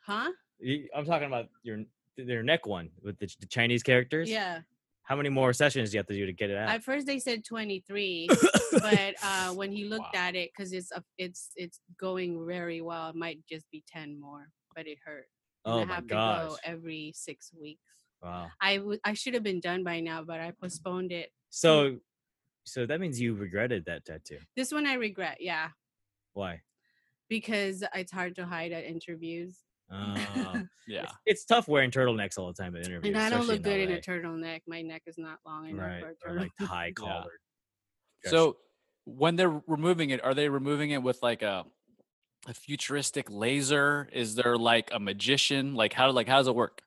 Speaker 5: Huh?
Speaker 3: Y- I'm talking about your their neck one with the, the Chinese characters.
Speaker 5: Yeah.
Speaker 3: How many more sessions do you have to do to get it out?
Speaker 5: At first they said 23, but uh, when he looked
Speaker 4: Wow.
Speaker 5: at it, because it's a, it's it's going very well, it might just be 10 more, but it hurt. And
Speaker 3: oh
Speaker 5: I
Speaker 3: my
Speaker 5: have
Speaker 3: gosh!
Speaker 5: to go e, mm. every six weeks.
Speaker 3: Wow.
Speaker 5: I w- I should have been done by now, but I postponed it.
Speaker 3: So, so that means you regretted that tattoo.
Speaker 5: This one I regret, yeah,
Speaker 3: Why?
Speaker 5: because it's hard to hide at interviews.
Speaker 3: Uh,
Speaker 4: Yeah.
Speaker 3: it's tough wearing turtlenecks all the time at interviews.
Speaker 5: And I don't
Speaker 3: especially
Speaker 5: look good in,
Speaker 3: LA.
Speaker 5: a turtleneck. My neck is not long enough
Speaker 3: Right.
Speaker 5: for a
Speaker 3: Or like
Speaker 5: turtleneck.
Speaker 3: high collar. dress.
Speaker 4: So when they're removing it, are they removing it with like a a futuristic laser? Is there like a magician? Like how like how does it work?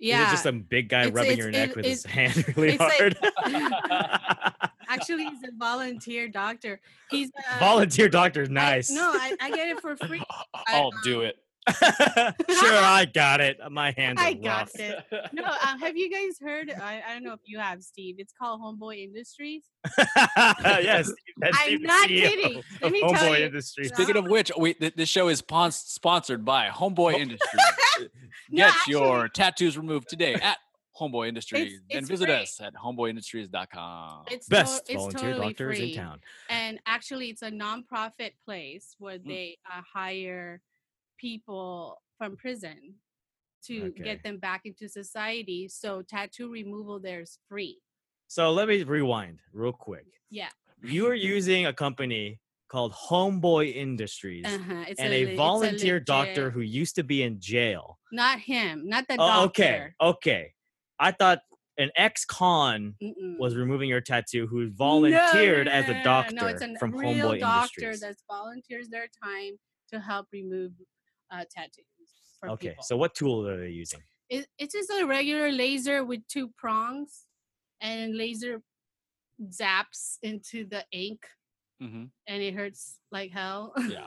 Speaker 3: Is it
Speaker 5: yeah.
Speaker 3: just some big guy
Speaker 5: It's-
Speaker 3: rubbing
Speaker 5: it's-
Speaker 3: your neck
Speaker 5: it-
Speaker 3: with his
Speaker 5: it-
Speaker 3: hand really
Speaker 5: it's like- Uh,
Speaker 3: hard?
Speaker 5: Actually, he's a volunteer doctor. He's a
Speaker 3: Volunteer doctor,
Speaker 5: I-
Speaker 3: nice.
Speaker 5: no, I, I get it for free.
Speaker 4: I'll do it.
Speaker 3: sure, I got it. My hands are
Speaker 5: I got
Speaker 3: rough.
Speaker 5: it. No, um, have you guys heard? I, I don't know if you have, Steve. It's called Homeboy Industries.
Speaker 3: yes, that's
Speaker 5: I'm
Speaker 3: the
Speaker 5: not
Speaker 3: CEO
Speaker 5: kidding.
Speaker 3: of
Speaker 5: Let me
Speaker 3: Homeboy
Speaker 5: tell you.
Speaker 3: Industries.
Speaker 5: No,
Speaker 4: Speaking of which, we th- this show is pon- sponsored by Homeboy Industries.
Speaker 5: No,
Speaker 4: Get
Speaker 5: actually-
Speaker 4: your tattoos removed today at Homeboy Industries and
Speaker 5: it's
Speaker 4: visit
Speaker 5: free.
Speaker 4: us at homeboyindustries.com.
Speaker 5: It's to-
Speaker 3: Best
Speaker 5: it's
Speaker 3: volunteer
Speaker 5: totally
Speaker 3: doctors
Speaker 5: free.
Speaker 3: in town.
Speaker 5: And actually, it's a nonprofit place where
Speaker 3: Mm.
Speaker 5: they uh, hire people from prison to
Speaker 3: Okay.
Speaker 5: get them back into society. So tattoo removal there is free.
Speaker 3: So let me rewind real quick.
Speaker 5: Yeah.
Speaker 3: You are using a company called Homeboy Industries
Speaker 5: Uh-huh. It's
Speaker 3: and
Speaker 5: le-
Speaker 3: a,
Speaker 5: it's
Speaker 3: volunteer doctor
Speaker 5: legit-
Speaker 3: who used to be in jail.
Speaker 5: Not him. Not the
Speaker 3: Oh,
Speaker 5: doctor.
Speaker 3: okay. Okay. I thought an ex-con
Speaker 5: Mm-mm.
Speaker 3: was removing your tattoo who volunteered as a doctor
Speaker 5: no, it's a
Speaker 3: from
Speaker 5: real
Speaker 3: Homeboy
Speaker 5: doctor
Speaker 3: Industries.
Speaker 5: that volunteers their time to help remove uh, tattoos. For
Speaker 3: okay.
Speaker 5: people.
Speaker 3: So what tool are they using?
Speaker 5: it, it's just a regular laser with two prongs, and laser zaps into the ink,
Speaker 4: Mhm.
Speaker 5: and it hurts like hell.
Speaker 4: Yeah.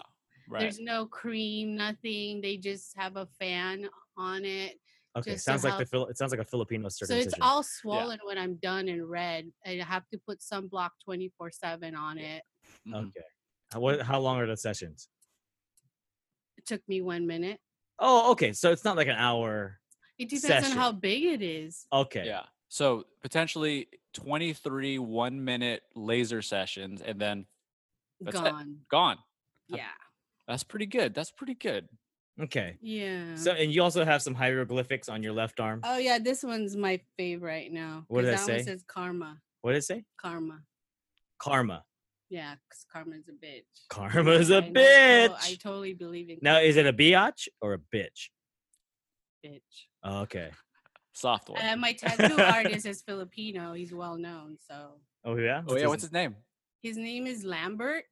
Speaker 4: Right.
Speaker 5: There's no cream, nothing. They just have a fan on it,
Speaker 3: Okay.
Speaker 5: Just to
Speaker 3: sounds like the
Speaker 5: help-
Speaker 3: Phil- it sounds like a Filipino
Speaker 5: so it's
Speaker 3: circumcision.
Speaker 5: all swollen when I'm done and red. And I have to put sunblock 24 seven on it.
Speaker 4: Mhm.
Speaker 3: okay. How, what, how long are the sessions?
Speaker 5: It took me one minute.
Speaker 3: Oh, okay. So it's not like an hour.
Speaker 5: It depends
Speaker 3: Session.
Speaker 5: on how big it is.
Speaker 3: Okay.
Speaker 4: Yeah. So potentially 23 one minute laser sessions and then That's it.
Speaker 5: Gone.
Speaker 4: gone.
Speaker 5: Yeah.
Speaker 4: That's pretty good. That's pretty good.
Speaker 3: Okay.
Speaker 5: Yeah.
Speaker 3: So and you also have some hieroglyphics on your left arm.
Speaker 5: Uh-huh. oh yeah, this one's my favorite right now.
Speaker 3: What
Speaker 5: 'cause
Speaker 3: does that
Speaker 5: one
Speaker 3: say?
Speaker 5: says karma.
Speaker 3: What did it say?
Speaker 5: Karma.
Speaker 3: Karma.
Speaker 5: Yeah, because karma's a bitch.
Speaker 3: Karma's a
Speaker 5: And I to-
Speaker 3: bitch.
Speaker 5: I totally believe in
Speaker 3: Now is it a biatch or a bitch?
Speaker 5: karma, bitch.
Speaker 3: Oh, okay.
Speaker 4: Soft one.
Speaker 5: Uh, my tattoo artist is Filipino. He's well known. So
Speaker 3: Oh yeah.
Speaker 4: oh yeah, what's his name?
Speaker 5: his name is Lambert.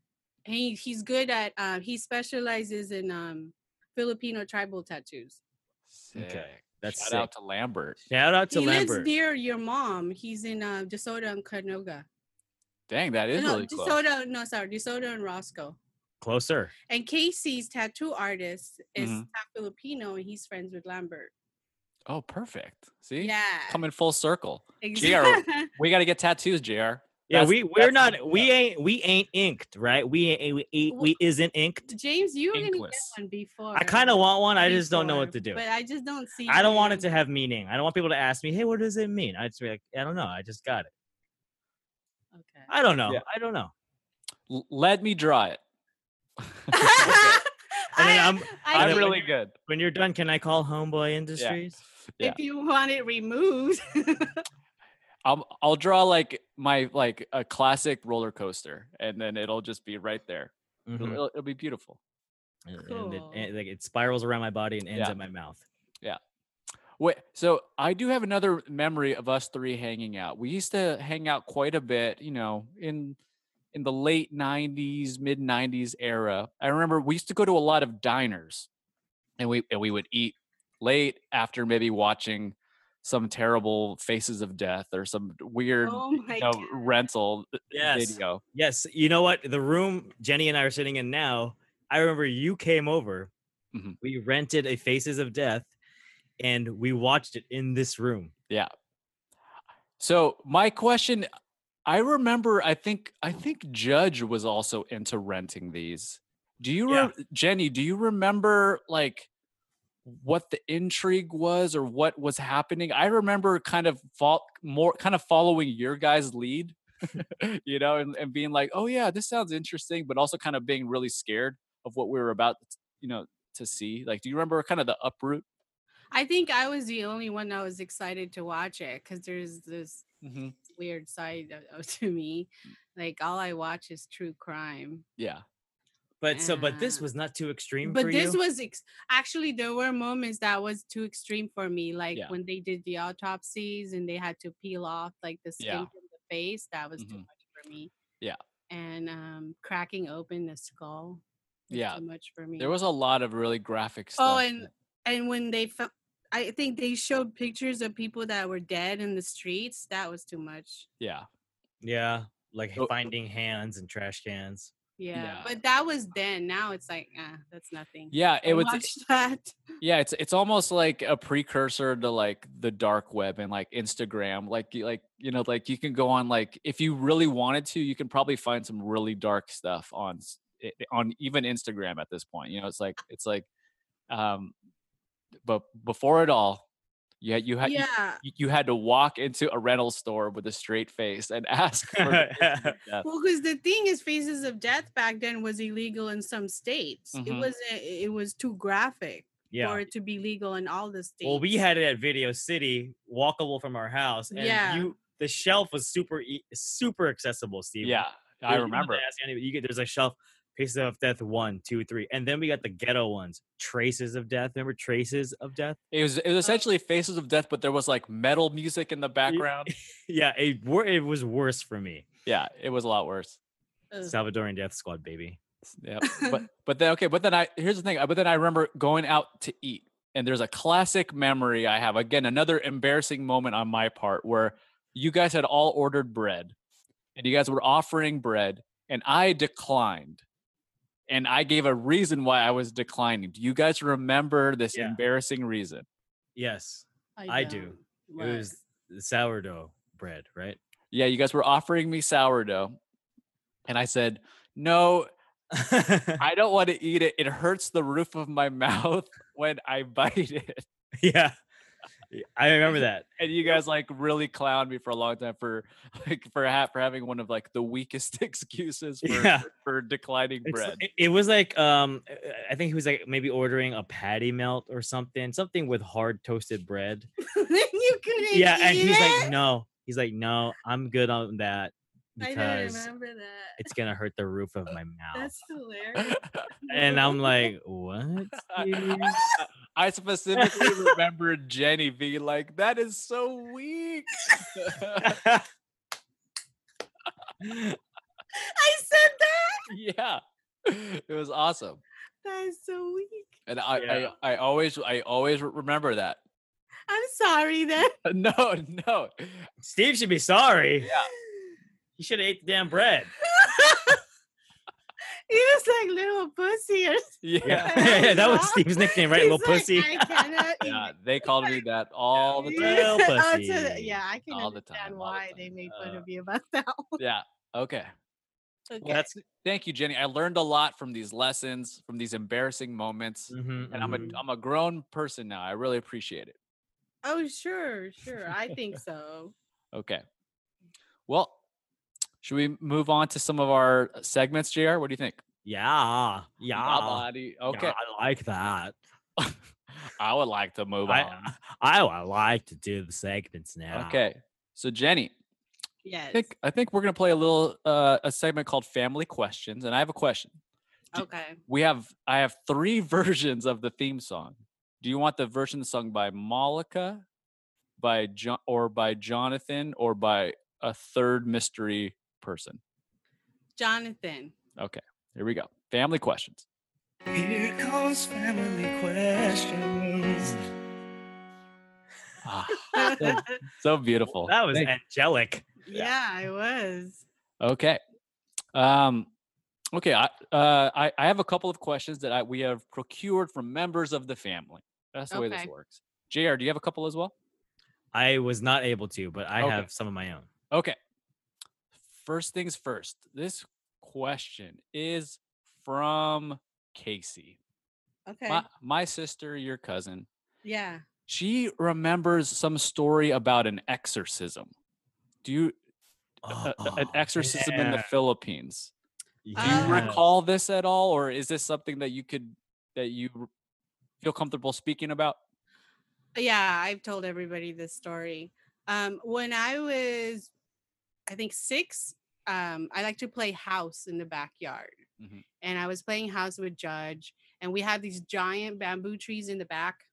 Speaker 5: And he, he's good at, uh, he specializes in um, Filipino tribal tattoos.
Speaker 4: Sick.
Speaker 3: That's
Speaker 4: Shout
Speaker 3: sick.
Speaker 4: out to Lambert.
Speaker 3: Shout out to
Speaker 5: he
Speaker 3: Lambert.
Speaker 5: lives near your mom. He's in uh, DeSoto and Canoga.
Speaker 4: Dang, that is
Speaker 5: no,
Speaker 4: really close.
Speaker 5: DeSoto, no, sorry, DeSoto and Roscoe.
Speaker 3: Closer.
Speaker 5: And Casey's tattoo artist is
Speaker 4: Mhm.
Speaker 5: half Filipino and he's friends with Lambert.
Speaker 4: Oh, perfect. See,
Speaker 5: Yeah.
Speaker 4: coming full circle.
Speaker 5: Exactly.
Speaker 4: We got to get tattoos, Jr.
Speaker 3: Yeah,
Speaker 4: That's-
Speaker 3: we we're
Speaker 4: that's-
Speaker 3: not we ain't we ain't inked, right? We ain't we, ain't- we isn't inked.
Speaker 5: James, you were going to get
Speaker 4: Inkless.
Speaker 5: one before.
Speaker 3: I kind of want one. I just don't know what to do.
Speaker 5: before, But I just don't see.
Speaker 3: I don't want it
Speaker 5: you.
Speaker 3: to have meaning. I don't want people to ask me, "Hey, what does it mean?" I just be like, "I don't know. I just got it.
Speaker 5: Okay.
Speaker 3: I don't know.
Speaker 4: Yeah.
Speaker 3: I don't know."
Speaker 4: L- let me draw it.
Speaker 3: I mean,
Speaker 5: I-
Speaker 3: I'm-
Speaker 5: I
Speaker 4: I'm
Speaker 3: know.
Speaker 5: think
Speaker 4: really good.
Speaker 3: When you're done, can I call Homeboy Industries?
Speaker 4: Yeah.
Speaker 5: If you want it removed,
Speaker 4: I'll I'll draw like my like a classic roller coaster, and then it'll just be right there. It'll,
Speaker 3: Mhm.
Speaker 4: it'll, it'll be beautiful.
Speaker 3: And- and it-
Speaker 5: Cool.
Speaker 3: and, like it spirals around my body and ends
Speaker 4: Yeah.
Speaker 3: at my mouth.
Speaker 4: Wait, so I do have another memory of us three hanging out. We used to hang out quite a bit, you know, in in the late '90s, mid '90s era. I remember we used to go to a lot of diners, and we and we would eat late after maybe watching some terrible Faces of Death or some weird
Speaker 5: oh my
Speaker 4: you know,
Speaker 5: god,
Speaker 4: rental uh,
Speaker 3: Yes.
Speaker 4: video.
Speaker 3: Yes, you know what? The room Jenny and I are sitting in now. I remember you came over.
Speaker 4: Mhm.
Speaker 3: We rented a Faces of Death, and we watched it in this room.
Speaker 4: So my question, I remember, I think, I think Judge was also into renting these. Do you,
Speaker 3: Yeah.
Speaker 4: re- Jenny? Do you remember like what the intrigue was or what was happening? I remember kind of fol- more, kind of following your guys' lead, you know, and, and being like, oh yeah, this sounds interesting, but also kind of being really scared of what we were about, you know, to see. Like, do you remember kind of the uproot?
Speaker 5: I think I was the only one that was excited to watch it because there's this weird side of- of- to me. Like all I watch is true crime.
Speaker 4: Yeah.
Speaker 3: But so, but this
Speaker 5: Ah.
Speaker 3: was not too extreme
Speaker 5: But
Speaker 3: for
Speaker 5: this
Speaker 3: you.
Speaker 5: was ex- actually there were moments that was too extreme for me, like
Speaker 4: Yeah.
Speaker 5: when they did the autopsies and they had to peel off like the skin
Speaker 4: Yeah.
Speaker 5: from the face. That was too
Speaker 4: Mhm.
Speaker 5: much for me.
Speaker 4: Yeah.
Speaker 5: And um, cracking open the skull. was
Speaker 4: Yeah.
Speaker 5: Too much for me.
Speaker 4: There was a lot of really graphic stuff.
Speaker 5: Oh, and and when they found, I think they showed pictures of people that were dead in the streets. That was too much.
Speaker 4: yeah.
Speaker 3: yeah, like
Speaker 4: So-
Speaker 3: finding hands and trash cans.
Speaker 5: Yeah,
Speaker 4: Yeah.
Speaker 5: but that was then. Now it's like, ah, that's nothing.
Speaker 4: Yeah, it
Speaker 5: Don't
Speaker 4: was
Speaker 5: watch that.
Speaker 4: yeah, it's it's almost like a precursor to like the dark web and like Instagram. Like you like you know, like you can go on like if you really wanted to, you can probably find some really dark stuff on s- i- on even Instagram at this point. You know, it's like it's like um but before it all, yeah, you had you-
Speaker 5: yeah.
Speaker 4: you, you had to walk into a rental store with a straight face and ask for the Faces of Death.
Speaker 5: Well, because the thing is, Faces of Death back then was illegal in some states. It
Speaker 4: Mhm.
Speaker 5: wasn't. It was too graphic
Speaker 3: Mm-hmm. Yeah.
Speaker 5: for it to be legal in all the states.
Speaker 3: Well, we had it at Video City, walkable from our house, and
Speaker 5: Yeah.
Speaker 3: you the shelf was super e- super accessible, Steve.
Speaker 4: Yeah, I remember.
Speaker 3: you get there's a shelf. Faces of Death one, two, three, and then we got the ghetto ones. Traces of Death. Remember Traces of Death?
Speaker 4: It was it was essentially Faces of Death, but there was like metal music in the background.
Speaker 3: Yeah, it wor- it was worse for me.
Speaker 4: Yeah, it was a lot worse.
Speaker 5: Ugh.
Speaker 3: Salvadorian Death Squad, baby.
Speaker 4: Yeah, but but then okay, but then I here's the thing. But then I remember going out to eat, and there's a classic memory I have. Again, another embarrassing moment on my part where you guys had all ordered bread, and you guys were offering bread, and I declined, and I gave a reason why I was declining. Do you guys remember this
Speaker 3: Yeah.
Speaker 4: embarrassing reason?
Speaker 3: Yes, I do.
Speaker 5: don't.
Speaker 3: it
Speaker 5: What?
Speaker 3: was the sourdough bread, right?
Speaker 4: Yeah, you guys were offering me sourdough, and I said no. I don't want to eat it. It hurts the roof of my mouth when I bite it.
Speaker 3: yeah, I remember that.
Speaker 4: And you guys like really clowned me for a long time for like for ha- for having one of like the weakest excuses for
Speaker 3: Yeah.
Speaker 4: for, for declining
Speaker 3: It's
Speaker 4: bread.
Speaker 3: li- It, it was like um, uh, I think he was like maybe ordering a patty melt or something, something with hard toasted bread.
Speaker 5: you couldn't.
Speaker 3: Yeah, and
Speaker 5: eat
Speaker 3: he's
Speaker 5: it?
Speaker 3: like, no, he's like, no, I'm good on that
Speaker 5: I
Speaker 3: "Mm,
Speaker 5: don't
Speaker 3: because
Speaker 5: remember that.
Speaker 3: it's gonna hurt the roof of my mouth.
Speaker 5: That's hilarious.
Speaker 3: And I'm like, what?
Speaker 4: I,
Speaker 3: dude?"
Speaker 4: I- I specifically remember Jenny being like, "That is so weak."
Speaker 5: I said that.
Speaker 4: yeah, it was awesome,
Speaker 5: That is so weak.
Speaker 4: and I,
Speaker 3: Yeah.
Speaker 4: I I always I always remember that.
Speaker 5: I'm sorry then.
Speaker 4: No, no,
Speaker 3: Steve should be sorry.
Speaker 4: yeah,
Speaker 3: He should have ate the damn bread.
Speaker 5: He was like little pussy or
Speaker 4: yeah.
Speaker 3: Yeah,
Speaker 5: Yeah.
Speaker 3: that was Steve's nickname, right?
Speaker 5: He's
Speaker 3: Little
Speaker 5: like,
Speaker 3: pussy.
Speaker 5: I cannot
Speaker 4: Yeah, they called me that all the time.
Speaker 3: Little
Speaker 5: Yeah, up to the-
Speaker 3: pussy.
Speaker 5: yeah, I can
Speaker 4: All the
Speaker 5: understand
Speaker 4: time, all the
Speaker 5: why
Speaker 4: time.
Speaker 5: they made fun
Speaker 4: Uh,
Speaker 5: of you about that. One.
Speaker 4: Yeah. Okay.
Speaker 5: Okay.
Speaker 4: Well, that's thank you, Jenny. I learned a lot from these lessons, from these embarrassing moments,
Speaker 3: Mhm,
Speaker 4: and I'm
Speaker 3: mhm.
Speaker 4: a I'm a grown person now. I really appreciate it.
Speaker 5: oh, sure, sure. I think so.
Speaker 4: Okay. Well, should we move on to some of our segments, Jr? What do you think?
Speaker 3: yeah, yeah.
Speaker 4: My body. Okay.
Speaker 3: Yeah, I like that.
Speaker 4: I would like to move
Speaker 3: I,
Speaker 4: on.
Speaker 3: I would like to do the segments now.
Speaker 4: Okay. So Jenny, I
Speaker 5: Yes.
Speaker 4: think I think we're gonna play a little uh, a segment called Family Questions, and I have a question. do-
Speaker 5: okay.
Speaker 4: we have I have three versions of the theme song. Do you want the version sung by Malika, by John, or by Jonathan, or by a third mystery person?
Speaker 5: Jonathan.
Speaker 4: Okay, here we go. Family questions.
Speaker 6: Here comes family questions.
Speaker 4: Ah,
Speaker 5: yeah,
Speaker 4: so beautiful.
Speaker 3: That was
Speaker 4: Thank-
Speaker 3: angelic.
Speaker 5: I was.
Speaker 4: okay. Um, okay. I, uh, I I have a couple of questions that I, we have procured from members of the family. That's the way this
Speaker 5: Okay.
Speaker 4: works. Jr. Do you have a couple as well?
Speaker 3: I was not able to, but I
Speaker 4: Okay.
Speaker 3: have some of my own.
Speaker 4: Okay. First things first. This question is from Casey.
Speaker 5: Okay.
Speaker 4: My, my sister, your cousin,
Speaker 5: yeah.
Speaker 4: she remembers some story about an exorcism. Do you a- a- an
Speaker 3: Oh,
Speaker 4: exorcism in the
Speaker 3: man.
Speaker 4: Philippines? Do you
Speaker 5: Uh,
Speaker 3: Yes.
Speaker 4: recall this at all or is this something that you could that you r- feel comfortable speaking about?
Speaker 5: Yeah, I've told everybody this story. Um, when I was, I think six, um, I like to play house in the backyard,
Speaker 4: Mhm.
Speaker 5: and I was playing house with Judge, and we had these giant bamboo trees in the back.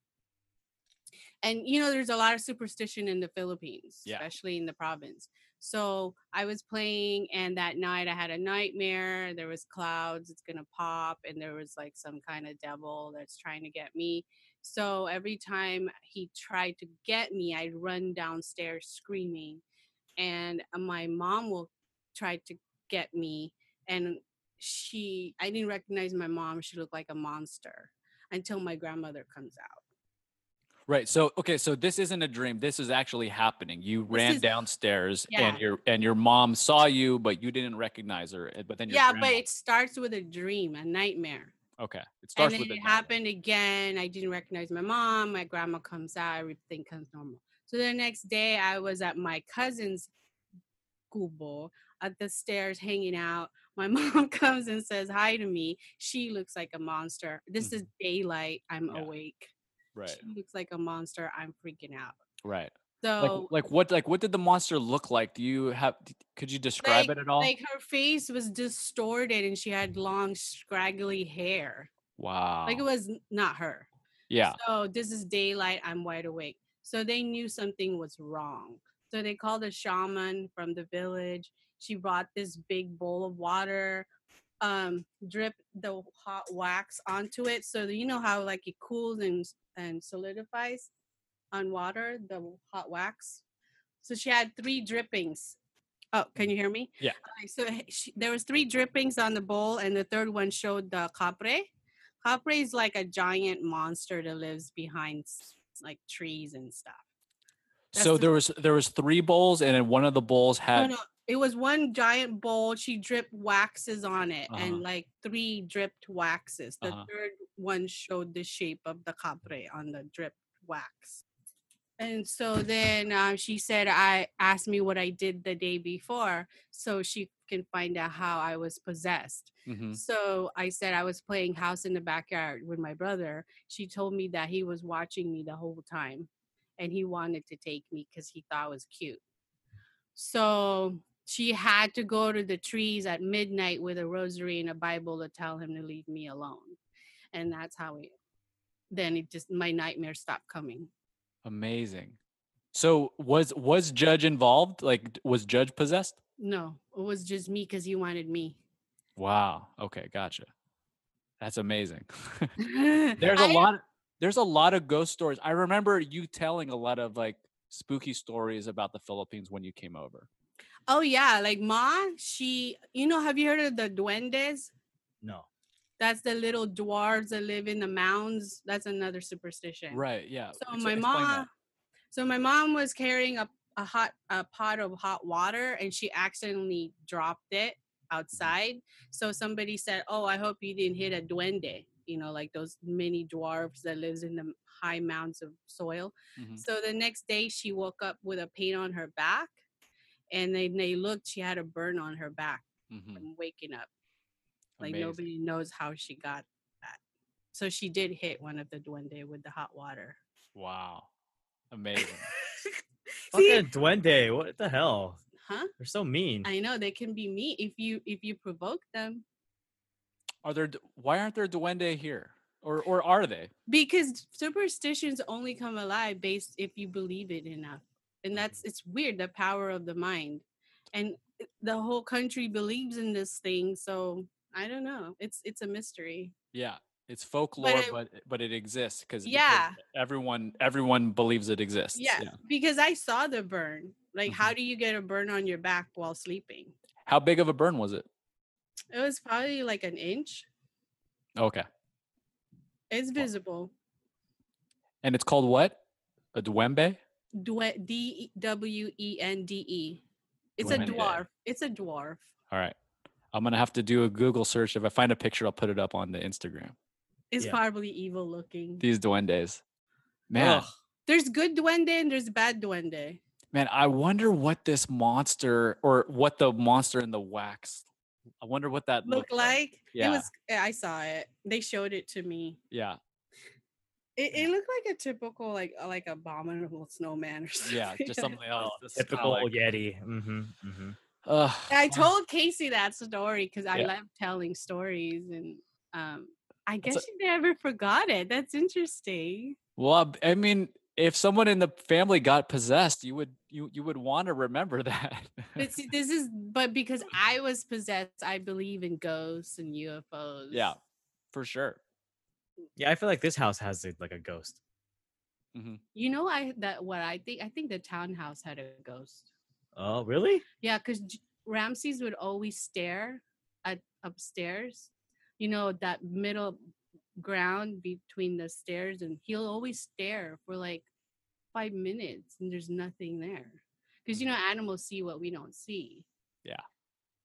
Speaker 5: And you know, there's a lot of superstition in the Philippines,
Speaker 4: Yeah.
Speaker 5: especially in the province. So I was playing, and that night I had a nightmare. There was clouds; it's gonna pop, and there was like some kind of devil that's trying to get me. So every time he tried to get me, I'd run downstairs screaming. And uh, my mom will try to get me. And she, I didn't recognize my mom. She looked like a monster until my grandmother comes out.
Speaker 4: Right. So okay, so this isn't a dream. This is actually happening. You ran
Speaker 5: is-
Speaker 4: downstairs and
Speaker 5: Yeah.
Speaker 4: your and your mom saw you, but you didn't recognize her. and- But then your
Speaker 5: yeah,
Speaker 4: grandma-
Speaker 5: but it starts with a dream, a nightmare.
Speaker 4: okay, it starts
Speaker 5: and
Speaker 4: with
Speaker 5: then
Speaker 4: a
Speaker 5: it
Speaker 4: nightmare.
Speaker 5: happened again. I didn't recognize my mom. My grandma comes out. Everything comes normal. So the next day, I was at my cousin's kubo at the stairs hanging out. My mom comes and says hi to me. She looks like a monster. This is daylight. I'm
Speaker 4: Mm-hmm. Yeah.
Speaker 5: awake.
Speaker 4: Right.
Speaker 5: She looks like a monster. I'm freaking out.
Speaker 4: Right. Like
Speaker 5: So
Speaker 4: like what like what did the monster look like? Do you have d- could you describe it at all?
Speaker 5: like her face was distorted and she had long scraggly hair.
Speaker 4: wow.
Speaker 5: Like it was n- not her.
Speaker 4: yeah.
Speaker 5: So this is daylight. I'm wide awake. So they knew something was wrong. So they called a shaman from the village. She brought this big bowl of water, um, dripped the hot wax onto it. So you know how like it cools and and solidifies on water, the hot wax. So she had three drippings. Oh, can you hear me?
Speaker 4: Yeah.
Speaker 5: Okay, so h- she, there was three drippings on the bowl, and the third one showed the capre. Capre is like a giant monster that lives behind s- like trees and stuff. that's
Speaker 4: So
Speaker 5: the-
Speaker 4: there was there was three bowls and then one of the bowls
Speaker 5: No,
Speaker 4: had
Speaker 5: no, it was one giant bowl. She dripped waxes on it,
Speaker 4: Uh-huh.
Speaker 5: and like three dripped waxes. The
Speaker 4: Uh-huh.
Speaker 5: third one showed the shape of the capre on the dripped wax. And so then uh, she said, "I asked me what I did the day before, so she can find out how I was possessed."
Speaker 4: Mhm.
Speaker 5: So I said I was playing house in the backyard with my brother. She told me that he was watching me the whole time and he wanted to take me because he thought I was cute. So she had to go to the trees at midnight with a rosary and a Bible to tell him to leave me alone. And that's how it then it just my nightmare stopped coming.
Speaker 4: Amazing. So was was Judge involved? Like d- was Judge possessed?
Speaker 5: No, it was just me because he wanted me.
Speaker 4: Wow. Okay, gotcha. That's amazing. There's
Speaker 5: There's
Speaker 4: a lot there's a lot of ghost stories. I remember you telling a lot of like spooky stories about the Philippines when you came over.
Speaker 5: Oh yeah, like Ma, she you know, have you heard of the duendes?
Speaker 3: No.
Speaker 5: That's the little dwarves that live in the mounds. That's another superstition.
Speaker 4: Right, yeah.
Speaker 5: So
Speaker 4: Ex-
Speaker 5: my
Speaker 4: explain
Speaker 5: mom,
Speaker 4: that.
Speaker 5: so my mom was carrying a, a hot a pot of hot water, and she accidentally dropped it
Speaker 4: Mm-hmm.
Speaker 5: outside. So somebody said, "Oh, I hope you didn't hit a duende." You know, like those mini dwarves that lives in the high mounds of soil.
Speaker 4: Mhm.
Speaker 5: So the next day, she woke up with a pain on her back, and then they looked. She had a burn on her back
Speaker 4: Mhm.
Speaker 5: from waking up. Like
Speaker 4: Amazing.
Speaker 5: nobody knows how she got that. So she did hit one of the duende with the hot water.
Speaker 4: Wow. Amazing.
Speaker 5: See?
Speaker 3: Fucking Duende. What the hell?
Speaker 5: Huh?
Speaker 3: They're so mean.
Speaker 5: I know they can be mean if you if you provoke them
Speaker 4: Are there d- why aren't there duende here? Or or are they?
Speaker 5: because superstitions only come alive based if you believe it enough, and that's it's weird the power of the mind, and the whole country believes in this thing. So I don't know. It's it's a mystery.
Speaker 4: Yeah, it's folklore, but
Speaker 5: it-
Speaker 4: but it, exists cause, because
Speaker 5: Yeah.
Speaker 4: everyone everyone believes it exists.
Speaker 5: Yeah, because I saw the burn. Like,
Speaker 4: Mhm.
Speaker 5: how do you get a burn on your back while sleeping?
Speaker 4: How big of a burn was it?
Speaker 5: It was probably like an inch.
Speaker 4: Okay,
Speaker 5: It's visible.
Speaker 4: and it's called what? A duembe.
Speaker 5: Dwe- D W E N D E. It's a
Speaker 4: Duende.
Speaker 5: dwarf. It's a dwarf.
Speaker 4: All right, I'm gonna have to do a Google search. If I find a picture, I'll put it up on the Instagram.
Speaker 5: It's
Speaker 3: Yeah.
Speaker 5: probably evil looking.
Speaker 4: These duendes, man,
Speaker 3: Ugh.
Speaker 5: there's good duende and there's bad duende.
Speaker 4: man. I wonder what this monster or what the monster in the wax. I wonder what that
Speaker 5: Look
Speaker 4: looked
Speaker 5: like
Speaker 4: Yeah.
Speaker 5: it was. eh, I saw it. They showed it to me.
Speaker 4: Yeah,
Speaker 5: It, it looked like a typical like a- like abominable snowman or something.
Speaker 4: yeah, just something
Speaker 5: Oh,
Speaker 4: else. This is kinda
Speaker 3: Typical
Speaker 4: like-
Speaker 3: Yeti. Mm-hmm. Mm-hmm.
Speaker 4: Ugh,
Speaker 5: I
Speaker 4: fuck.
Speaker 5: told Casey that story because I
Speaker 4: Yeah.
Speaker 5: love telling stories, and um, I guess
Speaker 4: That's
Speaker 5: she never forgot it. That's interesting.
Speaker 4: Well, I I mean, if someone in the family got possessed, you would you you would want to remember that.
Speaker 5: But see, this is but because I was possessed, I believe in ghosts and UFOs.
Speaker 4: yeah, for sure.
Speaker 3: Yeah, I feel like this house has like, like a ghost.
Speaker 5: You know, I that what I think. I think the townhouse had a ghost.
Speaker 3: Oh, really?
Speaker 5: Yeah, because Ramses would always stare at upstairs. You know that middle ground between the stairs, and he'll always stare for like five minutes, and there's nothing there. Because you know animals see what we don't see.
Speaker 4: Yeah.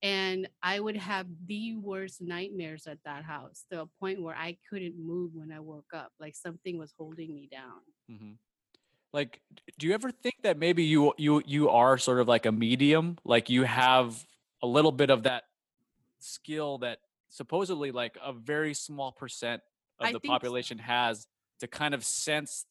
Speaker 5: And I would have the worst nightmares at that house to a point where I couldn't move when I woke up. Like something was holding me down.
Speaker 4: hmm Like, d- do you ever think that maybe you you you are sort of like a medium? Like you have a little bit of that skill that supposedly like a very small percent of
Speaker 5: I
Speaker 4: the
Speaker 5: think so.
Speaker 4: population has to kind of sense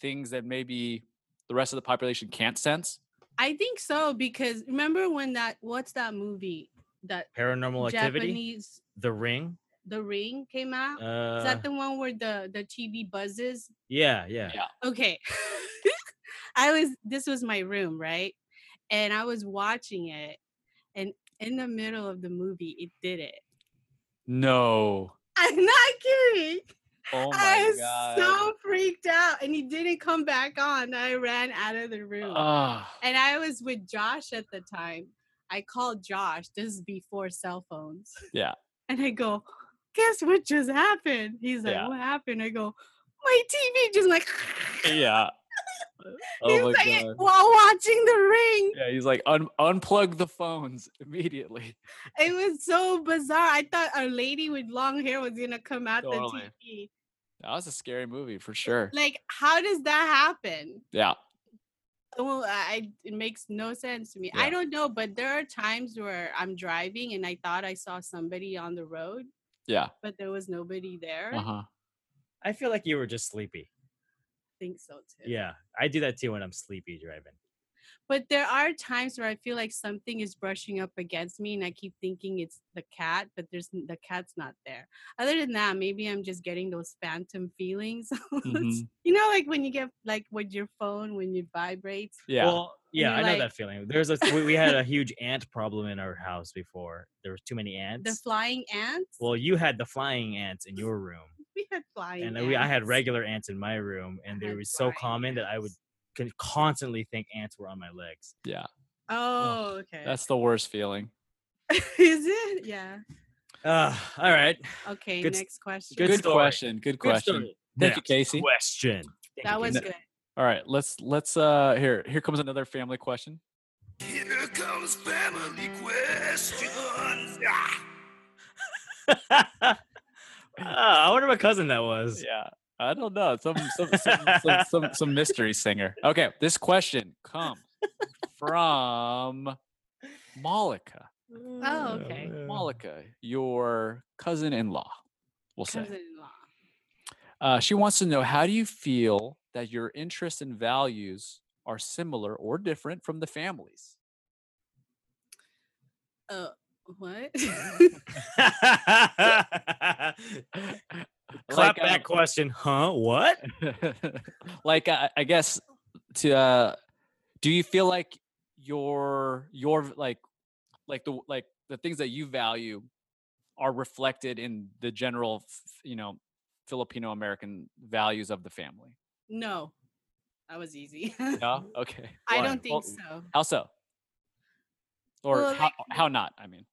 Speaker 4: things that maybe the rest of the population can't sense.
Speaker 5: I think so because remember when that what's that movie that
Speaker 3: Paranormal activity.
Speaker 5: Japanese
Speaker 3: The ring.
Speaker 5: The Ring came out.
Speaker 3: Uh,
Speaker 5: Is that the one where the the TV buzzes?
Speaker 3: yeah, yeah.
Speaker 5: Okay. I was this was my room, right? And I was watching it and in the middle of the movie it did it.
Speaker 4: No.
Speaker 5: I'm not kidding.
Speaker 4: Oh my
Speaker 5: I was
Speaker 4: god.
Speaker 5: so freaked out and he didn't come back on. I ran out of the room.
Speaker 4: Ah,
Speaker 5: and I was with Josh at the time. I called Josh. This is before cell phones.
Speaker 4: Yeah.
Speaker 5: And I go, guess what just happened? He's like,
Speaker 4: Yeah.
Speaker 5: what happened? I go, my TV just like.
Speaker 4: yeah.
Speaker 5: he
Speaker 4: Oh
Speaker 5: was
Speaker 4: my
Speaker 5: like,
Speaker 4: god.
Speaker 5: while watching The Ring,
Speaker 4: Yeah, he's like Un- unplug the phones immediately.
Speaker 5: it was so bizarre. I thought a lady with long hair was gonna come out
Speaker 4: Totally.
Speaker 5: the TV.
Speaker 4: That was a scary movie for sure.
Speaker 5: Like, how does that happen?
Speaker 4: Yeah.
Speaker 5: well I, it makes no sense to me
Speaker 4: Yeah.
Speaker 5: i don't know but there are times where i'm driving and i thought i saw somebody on the road
Speaker 4: Yeah.
Speaker 5: but there was nobody there
Speaker 3: Uh-huh.
Speaker 4: Uh huh.
Speaker 3: I feel like you were just sleepy.
Speaker 5: i think so too
Speaker 3: Yeah, I do that too when I'm sleepy driving.
Speaker 5: But there are times where I feel like something is brushing up against me, and I keep thinking it's the cat, but there's n- the cat's not there. Other than that, maybe I'm just getting those phantom feelings.
Speaker 3: Mm-hmm.
Speaker 4: Mhm.
Speaker 5: You know, like when you get like with your phone when it vibrates.
Speaker 4: Yeah.
Speaker 3: Well, yeah,
Speaker 5: you're
Speaker 3: I know
Speaker 5: like-
Speaker 3: that feeling. There's a we, we had a huge ant problem in our house before. There was too many ants.
Speaker 5: The flying ants.
Speaker 3: well, you had the flying ants in your room,
Speaker 5: we had flying.
Speaker 3: and then we, I had
Speaker 5: ants.
Speaker 3: regular ants in my room, and they
Speaker 5: had
Speaker 3: were so
Speaker 5: flying
Speaker 3: common that I would con- constantly think ants were on my legs.
Speaker 4: yeah.
Speaker 5: Oh, okay.
Speaker 4: That's the worst feeling.
Speaker 5: is it? Yeah.
Speaker 3: Uh, all right,
Speaker 5: Okay.
Speaker 3: Good s-
Speaker 5: next question.
Speaker 4: Good,
Speaker 3: Good story.
Speaker 4: question. Good question.
Speaker 3: story.
Speaker 4: Thank you,
Speaker 3: Next
Speaker 4: Casey.
Speaker 3: Question. Thank
Speaker 5: That
Speaker 3: you,
Speaker 5: was
Speaker 3: Casey.
Speaker 5: good.
Speaker 4: All right, let's let's uh here here comes another family question.
Speaker 6: Here comes family questions. Ah!
Speaker 3: Ah, I wonder what cousin that was.
Speaker 4: Yeah. I don't know. Some some some, some, some, some mystery singer. Okay, this question comes from Malika.
Speaker 5: Oh, okay.
Speaker 3: Mm.
Speaker 4: Malika, your cousin-in-law, we'll say.
Speaker 5: Cousin-in-law.
Speaker 4: Uh, she wants to know how do you feel that your interests and values are similar or different from the families?
Speaker 5: Uh, what?
Speaker 3: Clap
Speaker 4: Like,
Speaker 3: back
Speaker 4: um,
Speaker 3: question, huh? What?
Speaker 4: like I, I guess to uh, do you feel like your your v- like like the like the things that you value are reflected in the general f- you know Filipino American values of the family?
Speaker 5: no, that was easy.
Speaker 4: No, okay.
Speaker 5: Mm-hmm. I
Speaker 4: Why?
Speaker 5: don't
Speaker 4: Well,
Speaker 5: think so.
Speaker 4: How so? Or
Speaker 5: Well,
Speaker 4: how,
Speaker 5: like-
Speaker 4: how not? I mean,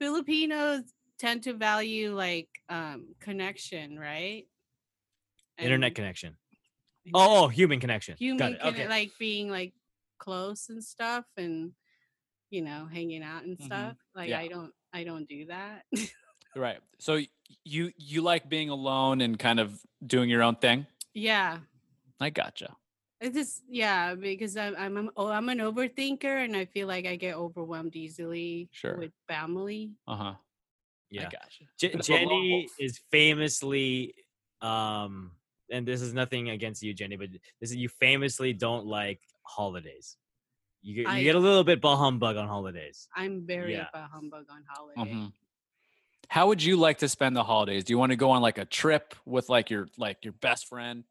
Speaker 5: Filipinos tend to value like um connection, right?
Speaker 3: Internet
Speaker 5: And
Speaker 3: connection.
Speaker 5: internet-
Speaker 3: Oh, oh, human connection. Got
Speaker 5: human
Speaker 3: it.
Speaker 5: conne-
Speaker 3: Okay.
Speaker 5: like being like close and stuff, and you know, hanging out and
Speaker 3: Mm-hmm.
Speaker 4: Mhm.
Speaker 5: stuff. Like
Speaker 4: Yeah.
Speaker 5: I don't, I don't do that.
Speaker 4: right. So y- you you like being alone and kind of doing your own thing.
Speaker 5: yeah,
Speaker 4: I gotcha.
Speaker 5: It's just yeah, because I'm I'm I'm, oh, I'm an overthinker, and I feel like I get overwhelmed easily
Speaker 4: Sure.
Speaker 5: with family.
Speaker 4: Uh huh. I
Speaker 3: yeah.
Speaker 4: gotcha.
Speaker 3: J-
Speaker 4: Bit of a lone
Speaker 3: Jenny
Speaker 4: wolf.
Speaker 3: is famously, um, and this is nothing against you, Jenny, but this is you famously don't like holidays. You, get- you
Speaker 5: I-
Speaker 3: get a little bit bah humbug on holidays.
Speaker 5: I'm very
Speaker 3: Yeah. Mm-hmm.
Speaker 5: about humbug on holiday.
Speaker 4: Mhm. How would you like to spend the holidays? Do you want to go on like a trip with like your like your best friend,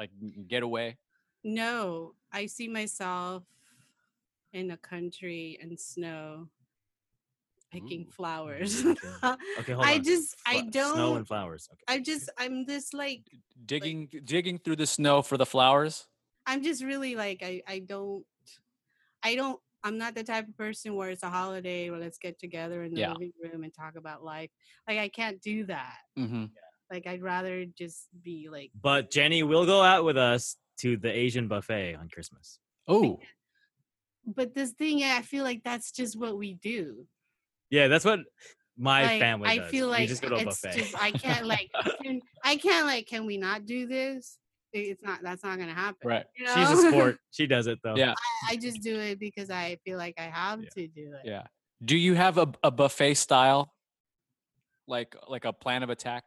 Speaker 4: like n- get away?
Speaker 5: No, I see myself in a country and snow picking
Speaker 4: Ooh.
Speaker 5: flowers.
Speaker 3: mm, okay. Okay, hold
Speaker 5: I
Speaker 3: on.
Speaker 5: just I
Speaker 3: Fla- Snow
Speaker 5: don't
Speaker 3: and flowers. Okay.
Speaker 5: I just I'm just like
Speaker 4: Digging digging through the snow for the flowers.
Speaker 5: I'm just really like I I don't I don't I'm not the type of person where it's a holiday where let's get together in the
Speaker 4: Yeah.
Speaker 5: living room and talk about life. Like I can't do that.
Speaker 4: Mm-hmm.
Speaker 5: Like I'd rather just be like
Speaker 3: But Jenny will go out with us to the Asian buffet on Christmas.
Speaker 4: Oh,
Speaker 5: but this thing I feel like that's just what we do.
Speaker 3: Yeah, that's what my
Speaker 5: like,
Speaker 3: family
Speaker 5: I
Speaker 3: does.
Speaker 5: feel
Speaker 3: We
Speaker 5: like
Speaker 3: just go to a
Speaker 5: it's
Speaker 3: buffet.
Speaker 5: just I can't like can, I can't like can we not do this? I- It's not that's not gonna happen.
Speaker 4: right.
Speaker 5: you
Speaker 3: She's a
Speaker 5: know?
Speaker 3: sport. She does it though.
Speaker 4: Yeah.
Speaker 5: I just do it because I feel like I have to do it.
Speaker 4: Yeah. Do you have a, a buffet style, like like a plan of attack?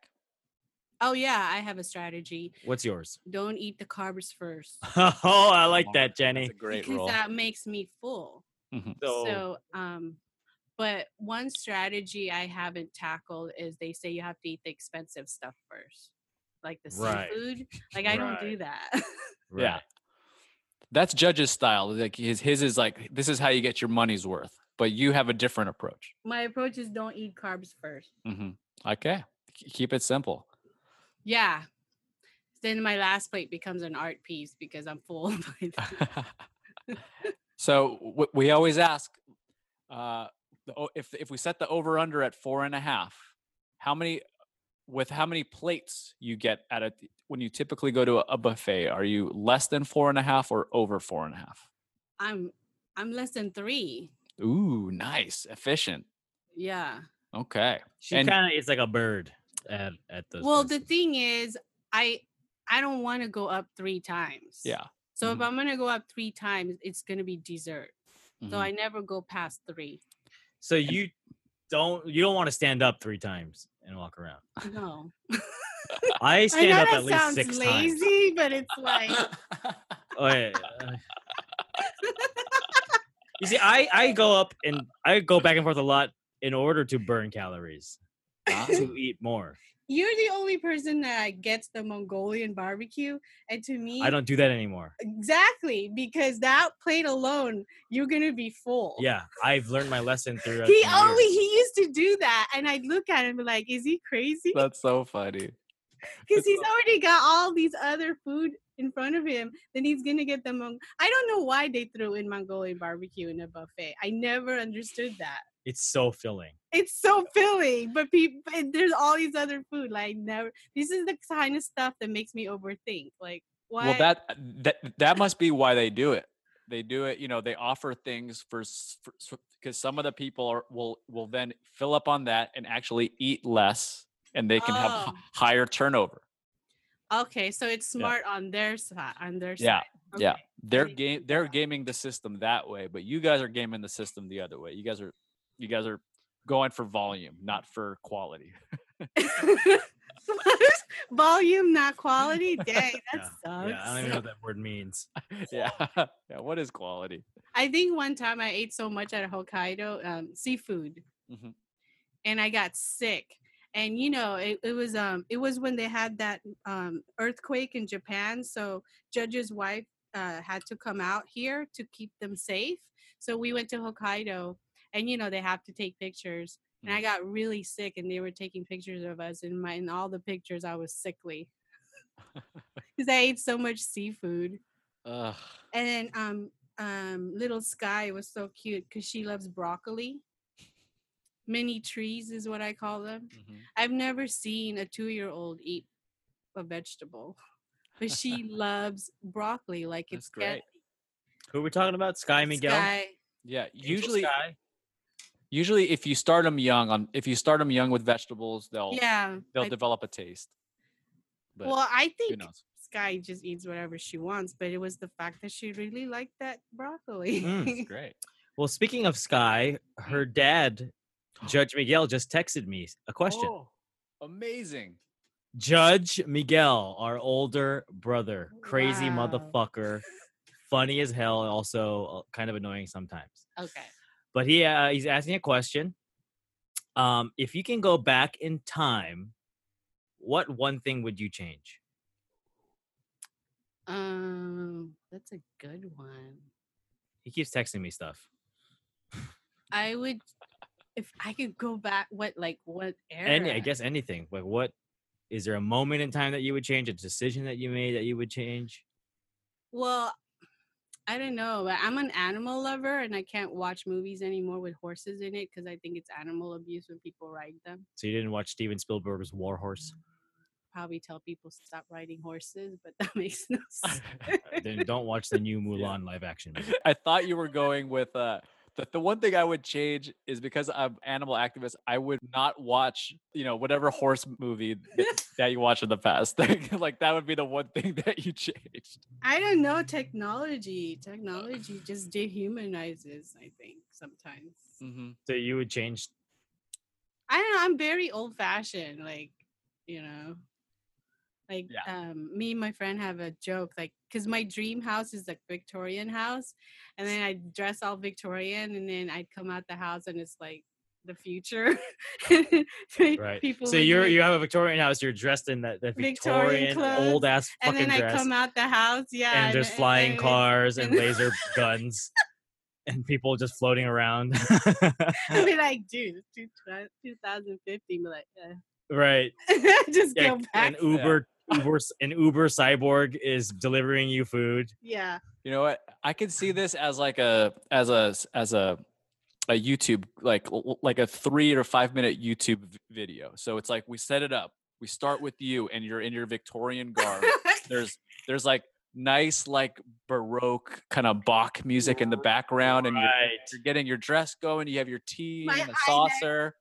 Speaker 5: Oh yeah, I have a strategy.
Speaker 3: What's yours?
Speaker 5: Don't eat the carbs first.
Speaker 3: oh, I like
Speaker 4: Lord,
Speaker 3: that, Jenny.
Speaker 4: That's a great
Speaker 5: because
Speaker 4: rule.
Speaker 5: that makes me full.
Speaker 3: So,
Speaker 5: So, um, but one strategy I haven't tackled is they say you have to eat the expensive stuff first, like the
Speaker 3: Right.
Speaker 5: seafood. Like I don't do that.
Speaker 4: yeah.
Speaker 3: right.
Speaker 4: That's judge's style. Like his his is like this is how you get your money's worth, but you have a different approach.
Speaker 5: My approach is don't eat carbs first.
Speaker 4: hmm Okay, K- keep it simple.
Speaker 5: Yeah. Then my last plate becomes an art piece because I'm full. by then.
Speaker 4: so w- we always ask uh, the, o- if if we set the over under at four and a half, how many with how many plates you get at a when you typically go to a, a buffet? Are you less than four and a half or over four and a half?
Speaker 5: I'm I'm less than three.
Speaker 4: Ooh, nice, efficient.
Speaker 5: Yeah.
Speaker 4: Okay,
Speaker 3: She
Speaker 4: And-
Speaker 3: kind of is like a bird at at those.
Speaker 5: well, the
Speaker 3: places.
Speaker 5: thing is, I I don't want to go up three times.
Speaker 4: yeah.
Speaker 5: So
Speaker 3: Mm-hmm.
Speaker 4: Mhm.
Speaker 5: if I'm gonna go up three times, it's gonna be dessert. So
Speaker 3: Mm-hmm.
Speaker 4: mhm.
Speaker 5: I never go past three.
Speaker 3: so you don't you don't want to stand up three times and walk around.
Speaker 5: No.
Speaker 3: I
Speaker 5: I
Speaker 3: stand
Speaker 5: know
Speaker 3: up at
Speaker 5: that
Speaker 3: least
Speaker 5: sounds
Speaker 3: six times.
Speaker 5: lazy, but it's like
Speaker 3: Oh, yeah, uh, You see, I I go up and I go back and forth a lot in order to burn calories to eat more.
Speaker 5: You're the only person that gets the Mongolian barbecue, and to me,
Speaker 3: I don't do that anymore.
Speaker 5: exactly because that plate alone, you're gonna be full.
Speaker 3: Yeah, I've learned my lesson through.
Speaker 5: He always he used to do that, and I'd look at him and be like, "Is he crazy?"
Speaker 4: That's so funny.
Speaker 5: Because he's already got all these other food in front of him. Then he's gonna get the Mong. I don't know why they threw in Mongolian barbecue in a buffet. I never understood that.
Speaker 3: It's so filling.
Speaker 5: It's so filling, but people there's all these other food. Like never. This is the kind of stuff that makes me overthink. Like why?
Speaker 4: Well, that that that must be why they do it. They do it, you know. They offer things for because some of the people are, will will then fill up on that and actually eat less, and they can have h-
Speaker 5: Oh.
Speaker 4: higher turnover.
Speaker 5: okay, so it's smart on their side. On their
Speaker 4: Yeah,
Speaker 5: side.
Speaker 4: yeah.
Speaker 5: Okay,
Speaker 4: They're
Speaker 5: didn't
Speaker 4: game.
Speaker 5: think
Speaker 4: They're
Speaker 5: about
Speaker 4: gaming the system that way, but you guys are gaming the system the other way. You guys are you guys are going for volume, not for quality.
Speaker 5: Volume, not quality. Dang, that
Speaker 3: Yeah,
Speaker 5: sucks.
Speaker 3: Yeah, I don't even know what that word means.
Speaker 4: yeah, yeah. What is quality?
Speaker 5: I think one time I ate so much at Hokkaido um, seafood,
Speaker 4: Mhm.
Speaker 5: and I got sick. And you know, it, it was um it was when they had that um, earthquake in Japan, so Judge's wife uh, had to come out here to keep them safe. So we went to Hokkaido, and you know they have to take pictures. And I
Speaker 4: Mhm.
Speaker 5: got really sick, and they were taking pictures of us. And my in all the pictures, I was sickly because I ate so much seafood.
Speaker 4: Ugh.
Speaker 5: And then um um little Sky was so cute because she loves broccoli. Mini trees is what I call them.
Speaker 4: Mhm.
Speaker 5: I've never seen a two year old eat a vegetable. But she loves broccoli like
Speaker 4: That's
Speaker 5: it's candy.
Speaker 3: Who are we talking about? Sky Miguel.
Speaker 5: Sky-
Speaker 4: Yeah.
Speaker 3: Angel
Speaker 4: Usually,
Speaker 3: Sky?
Speaker 4: usually if you start them young on if you start them young with vegetables they'll
Speaker 5: Yeah.
Speaker 4: they'll
Speaker 5: but-
Speaker 4: develop a taste Oh, but
Speaker 5: well, I
Speaker 4: who
Speaker 5: think
Speaker 4: knows
Speaker 5: Sky just eats whatever she wants, but it was the fact that she really liked that broccoli.
Speaker 3: Mm,
Speaker 4: it's great
Speaker 3: Well, speaking of Sky, her dad, Judge Miguel, just texted me a question.
Speaker 4: Oh, amazing
Speaker 3: Judge Miguel, our older brother, crazy
Speaker 5: Wow.
Speaker 3: motherfucker, funny as hell, and also uh, kind of annoying sometimes.
Speaker 5: okay.
Speaker 3: But he uh, he's asking a question. Um, if you can go back in time, what one thing would you change?
Speaker 5: Um that's a good one.
Speaker 3: He keeps texting me stuff.
Speaker 5: I would, if I could go back, what like what era?
Speaker 3: Any, I guess anything. Like, what is there a moment in time that you would change? A decision that you made that you would change?
Speaker 5: Well, I don't know, but I'm an animal lover, and I can't watch movies anymore with horses in it because I think it's animal abuse when people ride them.
Speaker 3: So you didn't watch Steven Spielberg's War Horse?
Speaker 5: Probably tell people stop riding horses, but that makes no sense.
Speaker 3: then don't watch the new
Speaker 4: Yeah.
Speaker 3: Mulan live action. Movie.
Speaker 4: i thought you were going with uh the, the one thing i would change is because i'm animal activist i would not watch you know whatever horse movie that, that you watched in the past like that would be the one thing that you changed
Speaker 5: I don't know technology. Technology just dehumanizes. I think sometimes.
Speaker 4: Mhm.
Speaker 3: So you would change
Speaker 5: I don't know. I'm very old fashioned. Like, you know, like
Speaker 4: Yeah.
Speaker 5: um, me and my friend have a joke. Like, because my dream house is like Victorian house, and then I dress all Victorian, and then I'd come out the house, and it's like the future.
Speaker 3: right.
Speaker 5: People
Speaker 3: so
Speaker 5: would
Speaker 3: you're
Speaker 5: be-
Speaker 3: you have a Victorian house. You're dressed in that, that
Speaker 5: Victorian
Speaker 3: Victorian,
Speaker 5: clothes,
Speaker 3: old ass
Speaker 5: and
Speaker 3: fucking
Speaker 5: then I
Speaker 3: dress,
Speaker 5: come out the house, yeah.
Speaker 3: and there's flying
Speaker 5: and-
Speaker 3: cars and
Speaker 5: and-
Speaker 3: laser guns, and people just floating around.
Speaker 5: I'd be like, dude, it's two thou- 2050. But like,
Speaker 3: right.
Speaker 5: uh, just
Speaker 3: Yeah,
Speaker 5: go back.
Speaker 3: an Uber. Uber, s- an Uber cyborg is delivering you food.
Speaker 5: yeah.
Speaker 4: You know what? I could see this as like a as a s- as a a YouTube like l- l- like a 3 or 5 minute YouTube v- video. So it's like we set it up. We start with you and you're in your Victorian garb. there's there's like nice like baroque kind of Bach music in the background and you're,
Speaker 3: Right.
Speaker 4: you're getting your dress going, you have your tea
Speaker 5: My
Speaker 4: and a
Speaker 5: eyelash-
Speaker 4: saucer.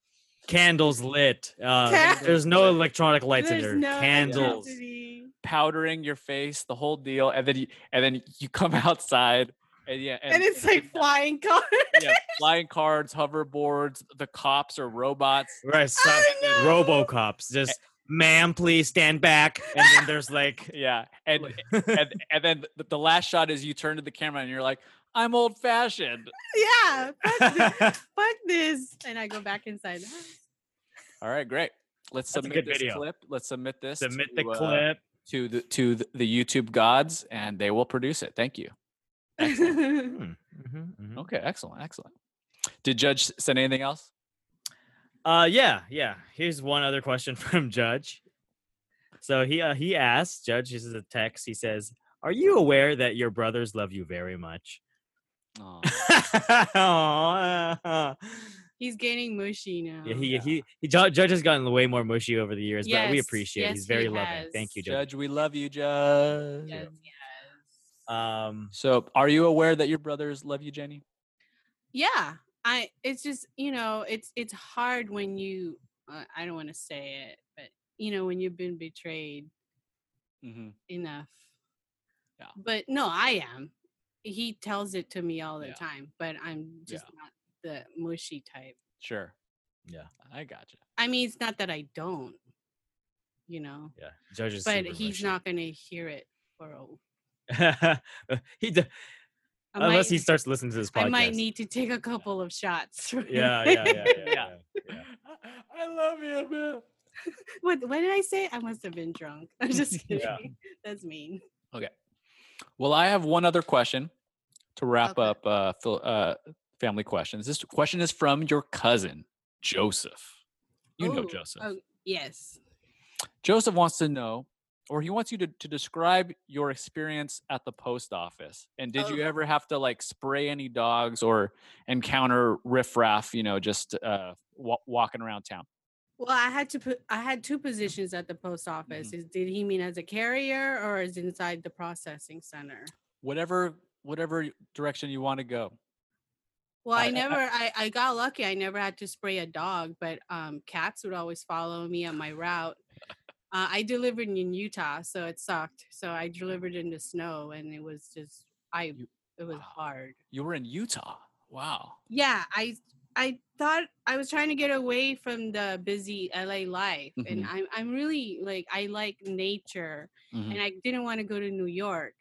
Speaker 3: Candles lit. Uh,
Speaker 5: Candles
Speaker 3: there's no electronic lights
Speaker 5: There's
Speaker 3: in there.
Speaker 5: no
Speaker 3: Candles.
Speaker 5: electricity.
Speaker 4: powdering your face, the whole deal and then you, and then you come outside and yeah
Speaker 5: and it's like flying cars.
Speaker 4: yeah, flying cards, hoverboards, the cops are robots.
Speaker 3: Right. So,
Speaker 5: I know.
Speaker 3: Robocops. Just, ma'am, please stand back. And then there's like
Speaker 4: Yeah. And and, and then th- the last shot is you turn to the camera and you're like, I'm old fashioned.
Speaker 5: yeah, fuck this, fuck this. And I go back inside the house.
Speaker 4: All right, great. Let's
Speaker 3: That's a
Speaker 4: submit
Speaker 3: good
Speaker 4: this
Speaker 3: video.
Speaker 4: clip. Let's submit this.
Speaker 3: Submit the
Speaker 4: to, uh,
Speaker 3: clip.
Speaker 4: to the to the- the YouTube gods, and they will produce it. Thank you.
Speaker 3: Mhm, mhm.
Speaker 4: Okay, excellent, excellent. Did Judge send anything else?
Speaker 3: Uh, yeah, yeah. Here's one other question from Judge. So he uh, he asks Judge. This is a text. He says, "Are you aware that your brothers love you very much?"
Speaker 4: Oh,
Speaker 3: Aw.
Speaker 5: He's getting mushy now.
Speaker 3: yeah, he, he he Ju- Judge has gotten way more mushy over the years, but we
Speaker 5: Yes,
Speaker 3: appreciate it.
Speaker 5: yes,
Speaker 3: He's very
Speaker 5: he
Speaker 3: loving.
Speaker 5: has.
Speaker 3: Thank you, Judge.
Speaker 4: Judge, we love you, Judge.
Speaker 5: yes, yes.
Speaker 3: Um,
Speaker 4: So, are you aware that your brothers love you, Jenny?
Speaker 5: yeah i it's just you know it's it's hard when you uh, i don't want to say it but you know when you've been betrayed
Speaker 4: Mm-hmm.
Speaker 5: enough
Speaker 4: Yeah.
Speaker 5: but no i am he tells it to me all the
Speaker 4: Yeah.
Speaker 5: time but i'm just not the mushy type
Speaker 4: Sure.
Speaker 3: Yeah.
Speaker 4: I gotcha.
Speaker 5: i mean it's not that i don't you know
Speaker 3: yeah, Judge is.
Speaker 5: but
Speaker 3: super
Speaker 5: he's
Speaker 3: mushy.
Speaker 5: not gonna hear it for a
Speaker 3: he d-
Speaker 5: I
Speaker 3: unless he
Speaker 5: might-
Speaker 3: starts listening to this podcast.
Speaker 5: i might need to take a couple of shots
Speaker 3: Yeah, yeah, yeah, yeah. yeah.
Speaker 4: Yeah. I love you, man.
Speaker 5: what, what did i say i must have been drunk i'm just kidding
Speaker 3: Yeah.
Speaker 5: that's mean
Speaker 4: Well, I have one other question to wrap
Speaker 5: Okay.
Speaker 4: up uh, Phil, uh, family questions. This question is from your cousin, Joseph. You know
Speaker 5: Oh,
Speaker 4: Joseph.
Speaker 5: oh, yes
Speaker 4: Joseph wants to know, or he wants you to, to describe your experience at the post office. And did you
Speaker 5: Oh.
Speaker 4: ever have to like spray any dogs or encounter riffraff, you know, just uh, wa- walking around town?
Speaker 5: Well, I had to put I had two positions at the post
Speaker 3: Mm-hmm.
Speaker 5: office. Is did he mean as a carrier or is inside the processing center?
Speaker 4: Whatever, whatever direction you want to go.
Speaker 5: Well,
Speaker 4: Uh, I-
Speaker 5: I
Speaker 4: I-
Speaker 5: never I, I got lucky. I never had to spray a dog, but um cats would always follow me on my route. Uh, I delivered in Utah, so it sucked. So I delivered in the snow and it was just I
Speaker 4: You-
Speaker 5: it was
Speaker 4: wow.
Speaker 5: hard.
Speaker 4: You were in Utah. Wow.
Speaker 5: yeah i i thought i was trying to get away from the busy la life and
Speaker 4: Mhm.
Speaker 5: i'm i'm really like i like nature
Speaker 4: Mhm.
Speaker 5: and i didn't want to go to new york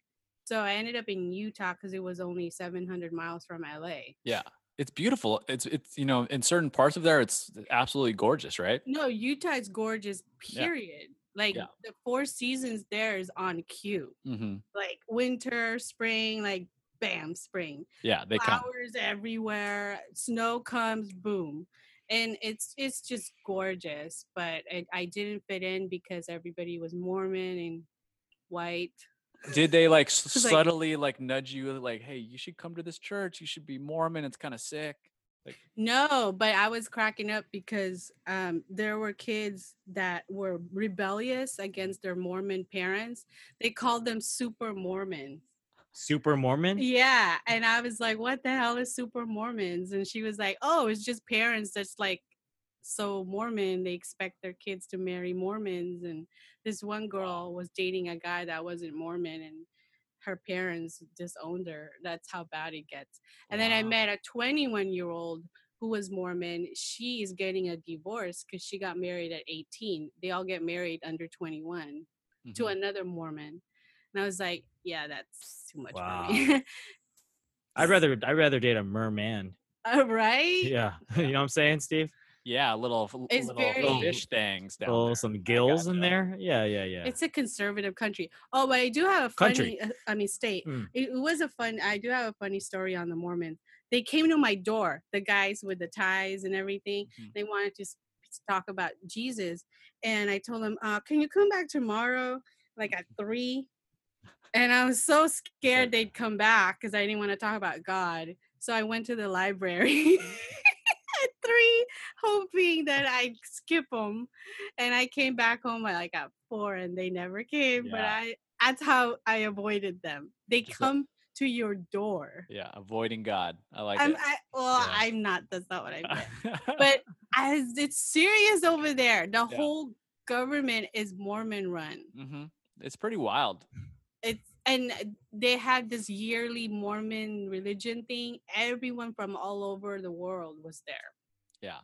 Speaker 5: so i ended up in utah because it was only 700 miles from la
Speaker 4: Yeah. It's beautiful. It's it's you know, in certain parts of there it's absolutely gorgeous, right?
Speaker 5: no utah is gorgeous
Speaker 4: Yeah.
Speaker 5: period like
Speaker 4: Yeah.
Speaker 5: the four seasons there is on cue
Speaker 4: Mm-hmm.
Speaker 5: like winter spring like bam spring
Speaker 4: Yeah, they come.
Speaker 5: flowers everywhere. Snow comes, boom, and it's it's just gorgeous. But I, I didn't fit in because everybody was Mormon and white.
Speaker 4: Did they like s-
Speaker 5: It's like-
Speaker 4: subtly like nudge you like, "Hey, you should come to this church. You should be Mormon. It's kind of sick."
Speaker 5: No, but I was cracking up because um, there were kids that were rebellious against their Mormon parents. They called them super Mormon.
Speaker 3: Super Mormon.
Speaker 5: Yeah. And I was like, what the hell is super Mormons? And she was like, oh, it's just parents that's like so Mormon. They expect their kids to marry Mormons. And this one girl was dating a guy that wasn't Mormon and her parents disowned her. That's how bad it gets. And then I
Speaker 4: Wow.
Speaker 5: met a 21 year old who was Mormon. She is getting a divorce because she got married at 18. They all get married under 21 to
Speaker 4: Mhm.
Speaker 5: another Mormon. And I was like, yeah, that's too much
Speaker 3: Wow.
Speaker 5: for me.
Speaker 3: I'd rather I'd rather date a merman.
Speaker 5: Uh, right?
Speaker 3: Yeah, you know what I'm saying, Steve?
Speaker 4: Yeah, little f-
Speaker 5: It's
Speaker 4: little
Speaker 5: very-
Speaker 4: fish things down
Speaker 3: Oh,
Speaker 4: there. I
Speaker 3: some gills in
Speaker 4: gotcha.
Speaker 3: there. Yeah, yeah, yeah.
Speaker 5: It's a conservative country. Oh, but I do have a
Speaker 3: Country.
Speaker 5: funny, uh, I mean, state.
Speaker 3: Mm.
Speaker 5: It, it was a fun, I do have a funny story on the Mormons. They came to my door, the guys with the ties and everything.
Speaker 4: Mhm.
Speaker 5: They wanted to s- talk about Jesus. And I told them, uh, can you come back tomorrow, like at three? And I was so scared they'd come back because I didn't want to talk about God. So I went to the library at three, hoping that I'd skip them. And I came back home at like at four, and they never came. But
Speaker 4: Yeah.
Speaker 5: I that's how I avoided them. They
Speaker 4: Just like-
Speaker 5: come to your door.
Speaker 4: Yeah, avoiding God. I like
Speaker 5: I'm
Speaker 4: it.
Speaker 5: I, well,
Speaker 3: Yeah.
Speaker 5: I'm not. That's not what I meant. But as it's serious over there, the
Speaker 4: Yeah.
Speaker 5: whole government is Mormon run.
Speaker 4: hmm It's pretty wild.
Speaker 5: it's and uh, they had this yearly Mormon religion thing. Everyone from all over the world was there
Speaker 4: Yeah.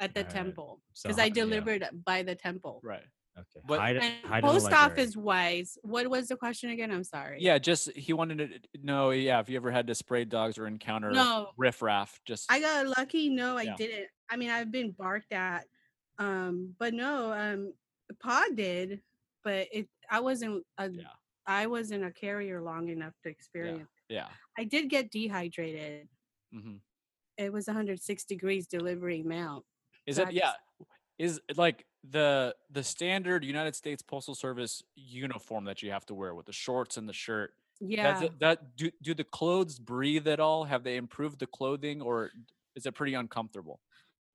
Speaker 5: at the
Speaker 3: Right.
Speaker 5: temple
Speaker 3: So
Speaker 5: because
Speaker 3: how-
Speaker 5: I
Speaker 3: yeah.
Speaker 5: delivered by the temple.
Speaker 4: Right.
Speaker 3: Okay.
Speaker 4: But-
Speaker 3: hide, it-
Speaker 5: And
Speaker 3: hide in the
Speaker 5: post
Speaker 3: library.
Speaker 5: office wise, what was the question again? I'm sorry.
Speaker 4: Yeah, just he wanted to know. Yeah, if you ever had to spray dogs or encounter
Speaker 5: No.
Speaker 4: riffraff, just
Speaker 5: I got lucky. No, I
Speaker 4: Yeah.
Speaker 5: didn't. I mean, I've been barked at, um, but no, um, Pod did, but it. I wasn't a.
Speaker 4: Yeah.
Speaker 5: I wasn't a carrier long enough to experience.
Speaker 4: yeah.
Speaker 5: I did get dehydrated.
Speaker 4: hmm
Speaker 5: It was 106 degrees delivering mail.
Speaker 4: Is
Speaker 5: So
Speaker 4: it
Speaker 5: I
Speaker 4: yeah?
Speaker 5: just-
Speaker 4: Is like the the standard United States Postal Service uniform that you have to wear with the shorts and the shirt.
Speaker 5: Yeah.
Speaker 4: Does it- that do do the clothes breathe at all? Have they improved the clothing or is it pretty uncomfortable?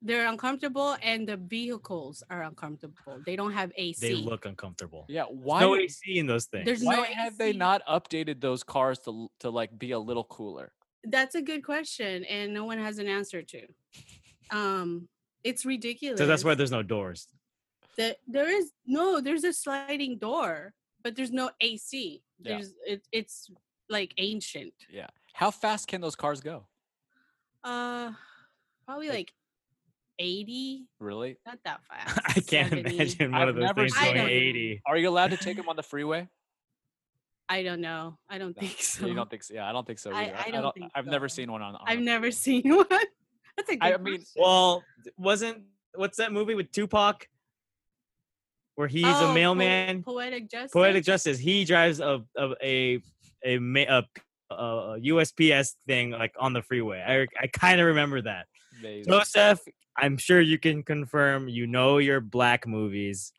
Speaker 5: They're uncomfortable, and the vehicles are uncomfortable. They don't have AC.
Speaker 3: They look uncomfortable.
Speaker 4: Yeah. Why
Speaker 3: No AC in those things.
Speaker 5: There's
Speaker 4: why
Speaker 5: no
Speaker 4: have they
Speaker 5: AC.
Speaker 4: not updated those cars to l- to like be a little cooler?
Speaker 5: That's a good question, and no one has an answer to. Um, it's ridiculous.
Speaker 3: so that's why there's no doors.
Speaker 5: the, there is no. There's a sliding door, but there's no AC.
Speaker 4: Yeah.
Speaker 5: There's it, it's like ancient.
Speaker 4: Yeah. How fast can those cars go?
Speaker 5: Uh, probably
Speaker 4: Like-
Speaker 5: like eighty.
Speaker 4: Really?
Speaker 5: Not that fast.
Speaker 3: I can't
Speaker 5: 70.
Speaker 3: imagine one
Speaker 4: I've
Speaker 3: of those
Speaker 4: never
Speaker 3: things
Speaker 5: seen
Speaker 3: going
Speaker 5: one.
Speaker 3: 80.
Speaker 4: Are you allowed to take them on the freeway?
Speaker 5: I don't know. I don't think so.
Speaker 4: You don't think so? Yeah, I don't think so.
Speaker 5: I-
Speaker 4: either.
Speaker 5: I don't think
Speaker 4: I've never
Speaker 5: so.
Speaker 4: seen one on. on
Speaker 5: I've
Speaker 4: a
Speaker 5: never
Speaker 4: freeway.
Speaker 5: seen one. That's a good.
Speaker 4: I mean,
Speaker 5: question.
Speaker 3: Well, th- wasn't what's that movie with Tupac? Where he's
Speaker 5: Oh,
Speaker 3: a
Speaker 5: po-
Speaker 3: mailman.
Speaker 5: poetic justice.
Speaker 3: Poetic Justice. He drives a a a a, ma- a, a USPS thing like on the freeway. I I kind of remember that.
Speaker 4: amazing.
Speaker 3: Joseph, I'm sure you can confirm. You know your black movies.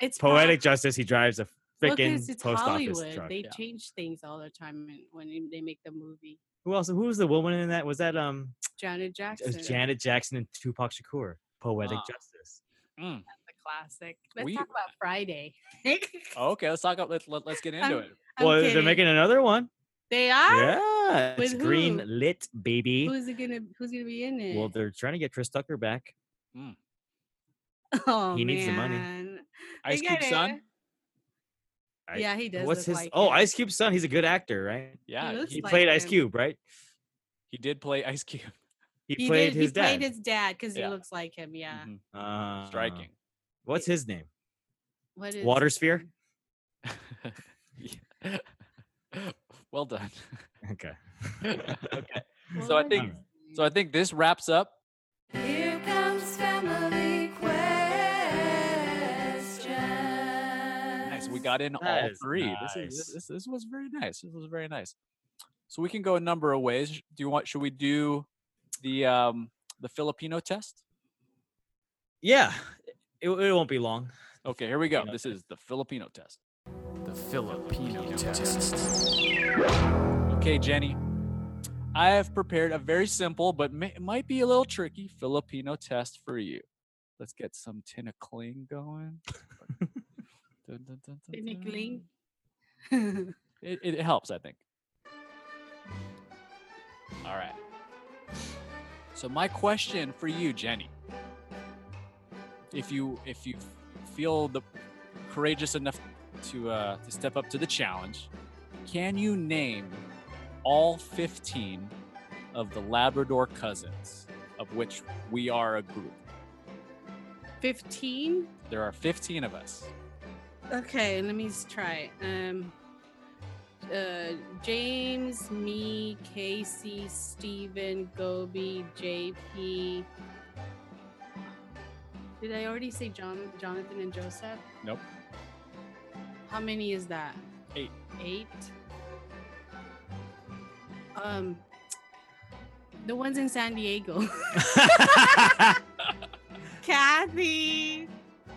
Speaker 5: It's po-
Speaker 3: Poetic Justice. He drives a
Speaker 5: Well, 'cause
Speaker 3: freaking
Speaker 5: it's
Speaker 3: post
Speaker 5: Hollywood.
Speaker 3: office truck.
Speaker 5: They
Speaker 4: yeah.
Speaker 5: change things all the time when- when they- they make the movie.
Speaker 3: Who else? Who was the woman in that? Was that um
Speaker 5: Janet Oh,
Speaker 3: it was
Speaker 5: Jackson,
Speaker 3: Janet Jackson and Tupac Shakur? Poetic
Speaker 4: Ah.
Speaker 3: Justice.
Speaker 5: the classic. Let's
Speaker 4: We-
Speaker 5: talk about Friday.
Speaker 4: Oh, Okay, let's talk. Let, let, let's get into
Speaker 5: I'm-
Speaker 4: it.
Speaker 5: I'm
Speaker 3: well, they're
Speaker 5: kidding.
Speaker 3: making another one.
Speaker 5: They are.
Speaker 3: Yeah, it's
Speaker 5: With
Speaker 3: green
Speaker 5: who?
Speaker 3: lit, baby.
Speaker 5: Who's it gonna? Who's gonna be in it?
Speaker 3: Well, they're trying to get Chris Tucker back.
Speaker 5: oh,
Speaker 3: he needs the money.
Speaker 5: man. They
Speaker 4: Ice Cube
Speaker 5: gotta-
Speaker 4: Son.
Speaker 3: I-
Speaker 5: yeah, he does.
Speaker 3: What's
Speaker 5: look
Speaker 3: his?
Speaker 5: Like
Speaker 3: oh,
Speaker 5: it.
Speaker 3: Ice Cube's son. He's a good actor, right?
Speaker 4: Yeah,
Speaker 5: looks
Speaker 4: he,
Speaker 3: He
Speaker 5: like
Speaker 3: played Ice
Speaker 5: him.
Speaker 3: Cube, right?
Speaker 4: he did play Ice Cube.
Speaker 3: He,
Speaker 5: He
Speaker 3: played
Speaker 5: did,
Speaker 3: his
Speaker 5: he played
Speaker 3: dad.
Speaker 5: his dad because
Speaker 4: Yeah.
Speaker 5: he looks like him. Yeah. Uh-huh.
Speaker 4: Mhm.
Speaker 3: Uh,
Speaker 4: Striking.
Speaker 3: What's his name?
Speaker 5: What is
Speaker 3: Water
Speaker 5: his
Speaker 3: sphere?
Speaker 5: name?
Speaker 4: Yeah. well done.
Speaker 3: Okay.
Speaker 4: okay.
Speaker 5: What
Speaker 4: So I
Speaker 5: was
Speaker 4: think-
Speaker 5: his
Speaker 4: So I
Speaker 5: name?
Speaker 4: think this wraps up.
Speaker 7: Here comes family question.
Speaker 4: Nice. We got in all
Speaker 3: That is
Speaker 4: three. This, is,
Speaker 3: nice.
Speaker 4: this this was very nice. This was very nice. So we can go a number of ways. Do you want? Should we do the um the Filipino test?
Speaker 3: Yeah, it, it won't be long.
Speaker 4: Okay, here we go.
Speaker 3: Filipino
Speaker 4: This is the Filipino test.
Speaker 2: The Filipino test.
Speaker 4: Okay, Jenny. I have prepared a very simple but may, might be a little tricky Filipino test for you. Let's get some tinikling going. Dun, dun, dun, dun,
Speaker 5: Tinikling?
Speaker 4: dun. It, it helps, I think. All right. So my question for you, Jenny, if you if you feel the courageous enough to uh, to step up to the challenge, can you name all 15 of the Labrador cousins, of which we are a group?
Speaker 5: Fifteen.
Speaker 4: There are 15 of us.
Speaker 5: Okay, let me s- try. Um, uh, James, me, Casey, Steven, Gobi, JP. Did I already say John, Jonathan, and Joseph?
Speaker 4: Nope.
Speaker 5: How many is that?
Speaker 4: Eight.
Speaker 5: Eight. Um, the ones in San Diego. Kathy.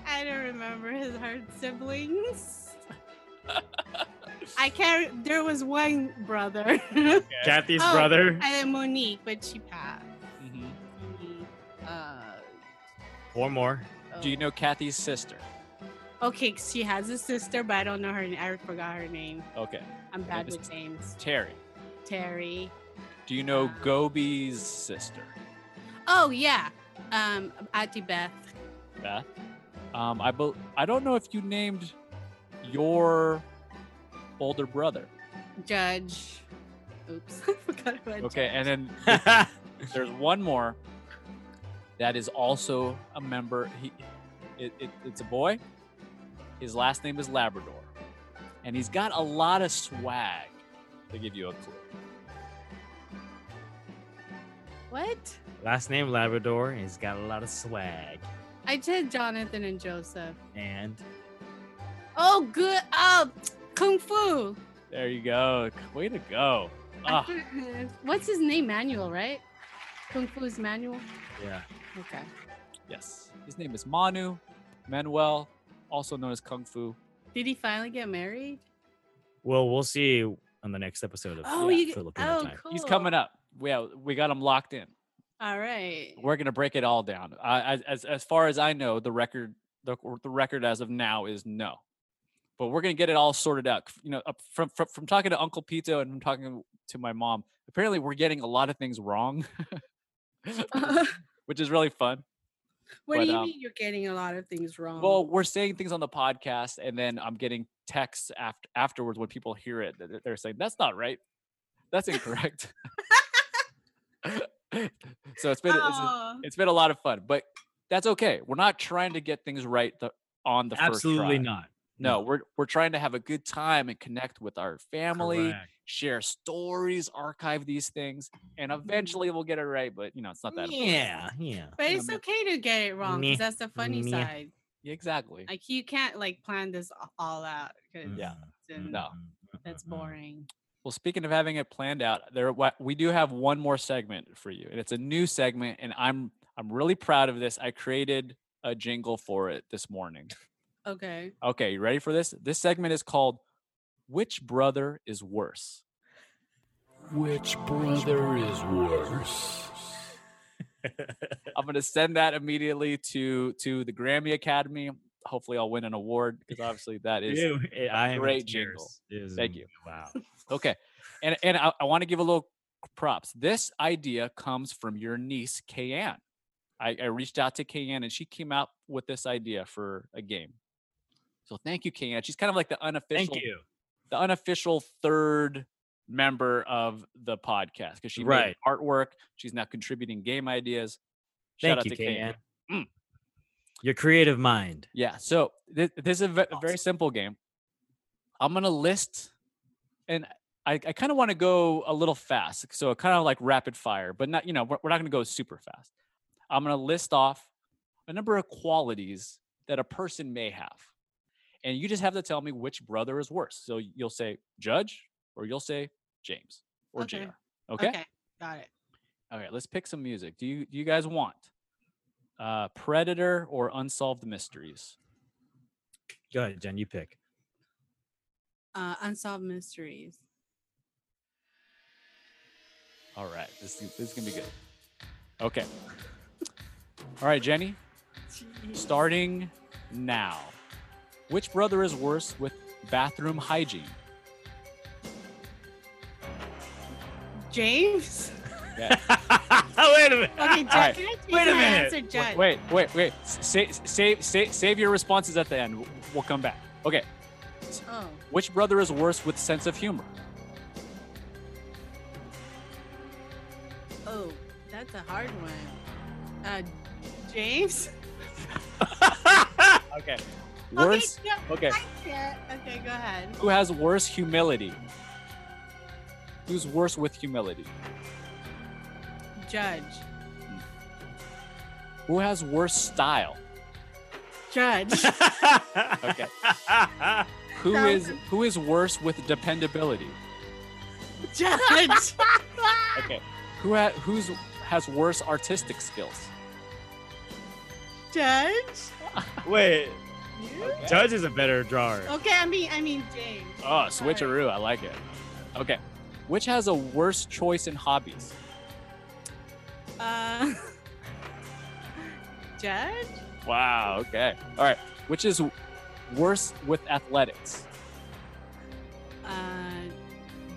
Speaker 5: I don't remember his her siblings. I can't. There was one brother, and
Speaker 3: Kathy's
Speaker 5: Oh,
Speaker 3: brother,
Speaker 5: then Monique, but she passed.
Speaker 4: Mhm.
Speaker 5: Uh,
Speaker 3: or more.
Speaker 4: Do you know Kathy's sister?
Speaker 5: oh. Okay, she has a sister, but I don't know her. n- I forgot her name.
Speaker 4: Okay,
Speaker 5: I'm
Speaker 4: Yeah,
Speaker 5: bad
Speaker 4: just-
Speaker 5: with names.
Speaker 4: Terry.
Speaker 5: Terry.
Speaker 4: Do you know Gobi's sister,
Speaker 5: Oh yeah, um, Auntie Beth.
Speaker 4: Beth? Um, I bel I don't know if you named your older brother.
Speaker 5: Judge. Oops, I forgot about
Speaker 4: Okay, and then
Speaker 3: I
Speaker 4: there's one more that is also a member. He It, it, it's a boy. His last name is Labrador, and he's got a lot of swag. To give you a clue,
Speaker 5: What?
Speaker 3: Last name Labrador, and he's got a lot of swag.
Speaker 5: I said Jonathan and Joseph.
Speaker 3: And
Speaker 5: Oh, good. Oh, Kung Fu.
Speaker 4: there you go. Way to go.
Speaker 5: I
Speaker 4: Ah,
Speaker 5: forgot- What's his name? Manuel, right? Kung Fu's Manuel.
Speaker 3: yeah,
Speaker 5: Okay.
Speaker 4: yes. His name is Manu Manuel, also known as Kung Fu.
Speaker 5: Did he finally get married?
Speaker 3: well, we'll see you on the next episode of
Speaker 5: Oh,
Speaker 3: yeah,
Speaker 5: you.
Speaker 3: Filipino
Speaker 5: Oh,
Speaker 3: Time.
Speaker 5: cool.
Speaker 4: He's coming up. Yeah, we got him locked in.
Speaker 5: All right.
Speaker 4: We're gonna break it all down. I, as- as as far as I know, the record the, the record as of now is no, but we're gonna get it all sorted out. You know, up- from from, from talking to Uncle Pito and from talking to my mom, apparently we're getting a lot of things wrong, which is really fun.
Speaker 5: what
Speaker 4: But,
Speaker 5: do you
Speaker 4: um,
Speaker 5: mean you're getting a lot of things wrong?
Speaker 4: Well, we're saying things on the podcast, and then I'm getting texts after afterwards when people hear it. that They're saying that's not right, that's incorrect. so it's been it's,
Speaker 5: Aw.
Speaker 4: it's been a lot of fun, but that's okay. We're not trying to get things right the, on the first try.
Speaker 3: Absolutely not.
Speaker 4: No, we're we're trying to have a good time and connect with our family,
Speaker 3: Correct.
Speaker 4: share stories, archive these things, and eventually we'll get it right. But you know, it's not that. important.
Speaker 3: Mm. Yeah, yeah.
Speaker 5: but
Speaker 4: you
Speaker 5: it's
Speaker 4: know,
Speaker 5: okay to get it wrong
Speaker 3: Meh.
Speaker 5: because that's the funny
Speaker 3: Meh.
Speaker 5: side.
Speaker 4: Yeah, exactly.
Speaker 5: Like you can't like plan this a- all out. 'cause
Speaker 4: Yeah.
Speaker 5: it's-
Speaker 4: Mm.
Speaker 3: Mm,
Speaker 4: No.
Speaker 5: That's
Speaker 3: Mm-mm.
Speaker 5: boring.
Speaker 4: Well, speaking of having it planned out, there wa- we do have one more segment for you, and it's a new segment, and I'm I'm really proud of this. I created a jingle for it this morning.
Speaker 5: Okay.
Speaker 4: Okay, you ready for this? This segment is called "Which Brother Is Worse."
Speaker 2: Which brother is worse?
Speaker 3: mm.
Speaker 4: I'm gonna send that immediately to to the Grammy Academy. Hopefully, I'll win an award because obviously that is
Speaker 3: Ew, it- I am in
Speaker 4: great
Speaker 3: tears.
Speaker 4: jingle.
Speaker 3: It is
Speaker 4: Thank
Speaker 3: am-
Speaker 4: you.
Speaker 3: Wow.
Speaker 4: okay. And and I, I want to give a little props. This idea comes from your niece Kayanne. I, I reached out to Kayanne and she came out with this idea for a game. So thank you, Kayanne. She's kind of like the unofficial
Speaker 3: Thank you.
Speaker 4: the unofficial third member of the podcast because she made
Speaker 3: Right.
Speaker 4: artwork. She's now contributing game ideas.
Speaker 3: Thank
Speaker 4: Shout out
Speaker 3: you,
Speaker 4: to Kayanne.
Speaker 3: KN.
Speaker 4: Mm.
Speaker 3: Your creative mind.
Speaker 4: Yeah. So thi- this is a ve- a very simple game. I'm gonna list, and I, I kind of want to go a little fast, so kind of like rapid fire, but not you know we're, we're not gonna go super fast. I'm gonna list off a number of qualities that a person may have, and you just have to tell me which brother is worse. So you'll say Judge, or you'll say James, or
Speaker 5: Okay.
Speaker 4: Jr. Okay.
Speaker 5: Got it.
Speaker 4: All right. Let's pick some music. Do you do you guys want uh, Predator or Unsolved Mysteries?
Speaker 3: Go ahead, Jen. You pick.
Speaker 5: Uh, unsolved mysteries.
Speaker 4: All right, this is, this is gonna be good. Okay. All right, Jenny. Starting now. Which brother is worse with bathroom hygiene?
Speaker 5: James.
Speaker 3: Wait a minute.
Speaker 5: Okay,
Speaker 4: right.
Speaker 5: Judge. can I change
Speaker 3: Wait a
Speaker 5: my
Speaker 3: minute.
Speaker 5: Answer,
Speaker 4: Wait,
Speaker 5: Judge?
Speaker 4: wait, wait. wait. Save, save, save, save your responses at the end. We'll- We'll come back. Okay.
Speaker 5: Oh,
Speaker 4: Which brother is worse with sense of humor?
Speaker 5: oh, that's a hard one. Uh, James.
Speaker 4: Okay. Worse.
Speaker 5: Okay, no,
Speaker 4: Okay.
Speaker 5: I can't. Okay, go ahead.
Speaker 4: Who has worse humility? Who's worse with humility?
Speaker 5: Judge.
Speaker 4: Who has worse style?
Speaker 5: Judge.
Speaker 4: Okay. Who
Speaker 5: That
Speaker 4: is
Speaker 5: was a-
Speaker 4: who is worse with dependability?
Speaker 5: Judge.
Speaker 4: Okay. Who ha- who's has worse artistic skills?
Speaker 5: Judge.
Speaker 3: Wait.
Speaker 5: You?
Speaker 3: Judge is a better drawer.
Speaker 5: Okay, I mean, I mean James.
Speaker 4: Oh, switcheroo, I like it. Okay. Which has a worse choice in hobbies?
Speaker 5: Uh, Judge.
Speaker 4: Wow, okay. All right. Which is worse with athletics?
Speaker 5: Uh,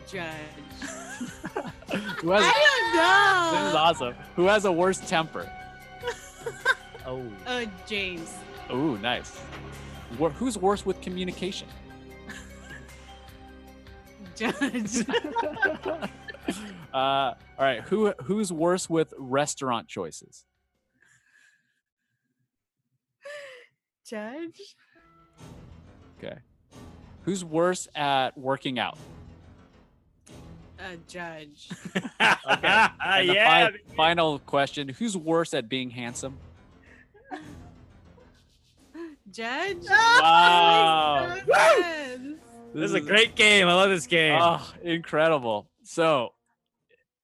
Speaker 5: Judge.
Speaker 4: Who has this is
Speaker 5: I
Speaker 4: awesome. Who has a worse temper?
Speaker 3: Oh.
Speaker 5: don't know. Uh, James.
Speaker 4: Ooh, nice. Wor- who's worse with communication?
Speaker 5: Judge.
Speaker 4: uh, all right. Uh, Who who's worse with restaurant choices?
Speaker 5: judge.
Speaker 4: Who's worse at working out?
Speaker 5: A Uh, judge.
Speaker 3: Ah,
Speaker 4: And the
Speaker 3: yeah.
Speaker 4: fi- final question: Who's worse at being handsome?
Speaker 5: Judge?
Speaker 4: Wow.
Speaker 5: That makes no sense.
Speaker 3: This is a great game. I love this game.
Speaker 4: Oh, incredible! So,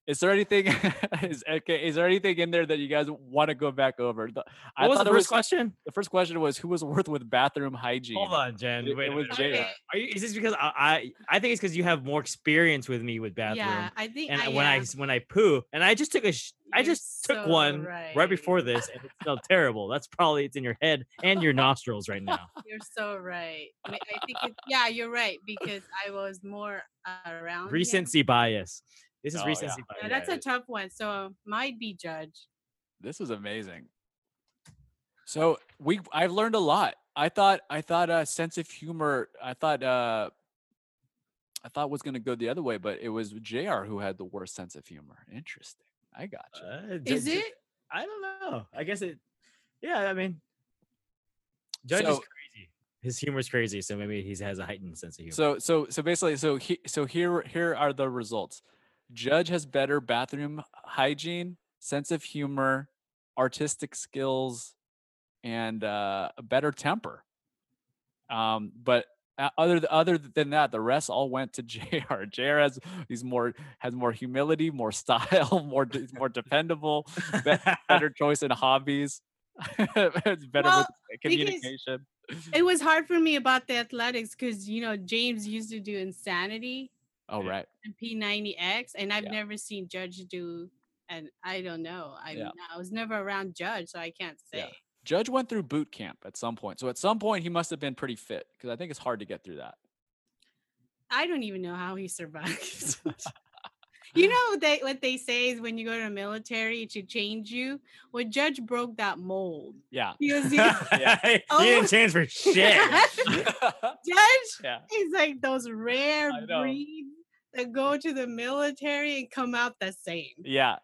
Speaker 4: is there anything? is okay? Is there anything in there that you guys want to go back over? The-
Speaker 3: what was the
Speaker 4: it
Speaker 3: first question?
Speaker 4: The first question was who was worth with bathroom hygiene.
Speaker 3: Hold on, Jen.
Speaker 4: It-
Speaker 3: Wait,
Speaker 4: it
Speaker 3: a
Speaker 4: was
Speaker 3: minute.
Speaker 4: Jada.
Speaker 5: Okay,
Speaker 3: Are you, is this because I, I I think it's because you have more experience with me with bathroom.
Speaker 5: Yeah, I think
Speaker 3: And
Speaker 5: I,
Speaker 3: when I
Speaker 5: yeah.
Speaker 3: s- when I poo, and I just took a sh- I
Speaker 5: You're
Speaker 3: just took
Speaker 5: so
Speaker 3: one right.
Speaker 5: right.
Speaker 3: before this, and it smelled terrible. That's probably it's in your head and your nostrils right now.
Speaker 5: You're so right. I mean, I think it's, yeah, you're right because I was more uh, around. him.
Speaker 3: Recency bias. This is
Speaker 4: Oh, yeah.
Speaker 3: recency
Speaker 5: Yeah,
Speaker 3: bias.
Speaker 5: that's
Speaker 4: yeah.
Speaker 5: a tough one. So um, might be judge.
Speaker 4: This is amazing. So we I've learned a lot. I thought I thought uh sense of humor, I thought uh I thought was gonna go the other way, but it was JR who had the worst sense of humor. Interesting. I got you.
Speaker 3: Uh, j-
Speaker 5: Is
Speaker 3: j-
Speaker 5: it?
Speaker 3: I don't know. I guess it. Yeah, I mean, Judge is
Speaker 4: So-
Speaker 3: crazy. His humor is crazy, so maybe he has a heightened sense of humor.
Speaker 4: So so so basically so he so here here are the results. Judge has better bathroom hygiene, sense of humor, artistic skills, and uh, a better temper. Um, but uh, other th- other than that, the rest all went to Jr. Jr. has he's more has more humility, more style, more d- is more dependable, be- better choice in hobbies. it's better
Speaker 5: Well,
Speaker 4: with uh,
Speaker 5: thing is-
Speaker 4: communication.
Speaker 5: It was hard for me about the athletics because you know James used to do insanity
Speaker 4: Oh right.
Speaker 5: and P90X, and I've
Speaker 4: Yeah.
Speaker 5: never seen Judge do. And I don't know. I
Speaker 4: Yeah.
Speaker 5: I was never around Judge, so I can't say.
Speaker 4: Yeah. Judge went through boot camp at some point. So at some point he must have been pretty fit because I think it's hard to get through that.
Speaker 5: I don't even know how he survived. you know they what they say is when you go to the military, it should change you. Well, Judge broke that mold.
Speaker 4: Yeah.
Speaker 5: He was the
Speaker 3: he
Speaker 5: Oh.
Speaker 3: didn't change for shit.
Speaker 5: Judge
Speaker 4: yeah.
Speaker 5: is like those rare
Speaker 4: I know.
Speaker 5: breeds that go to the military and come out the same.
Speaker 4: Yeah.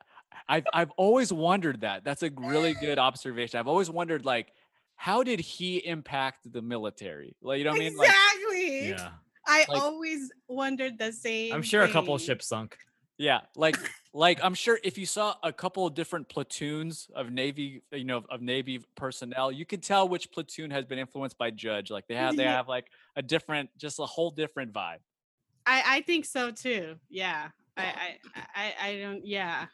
Speaker 4: I've I've always wondered that. That's a really good observation. I've always wondered like how did he impact the military? Like you know what I mean? Like
Speaker 5: exactly.
Speaker 3: yeah,
Speaker 5: I
Speaker 4: Like-
Speaker 5: always wondered the same.
Speaker 3: I'm sure a couple
Speaker 5: thing.
Speaker 3: ships sunk.
Speaker 4: yeah, like like I'm sure if you saw a couple of different platoons of navy, you know, of navy personnel, you could tell which platoon has been influenced by Judge. Like they have they
Speaker 5: Yeah.
Speaker 4: have like a different just a whole different vibe.
Speaker 5: I I think so too. Yeah. I I I, I don't. Yeah.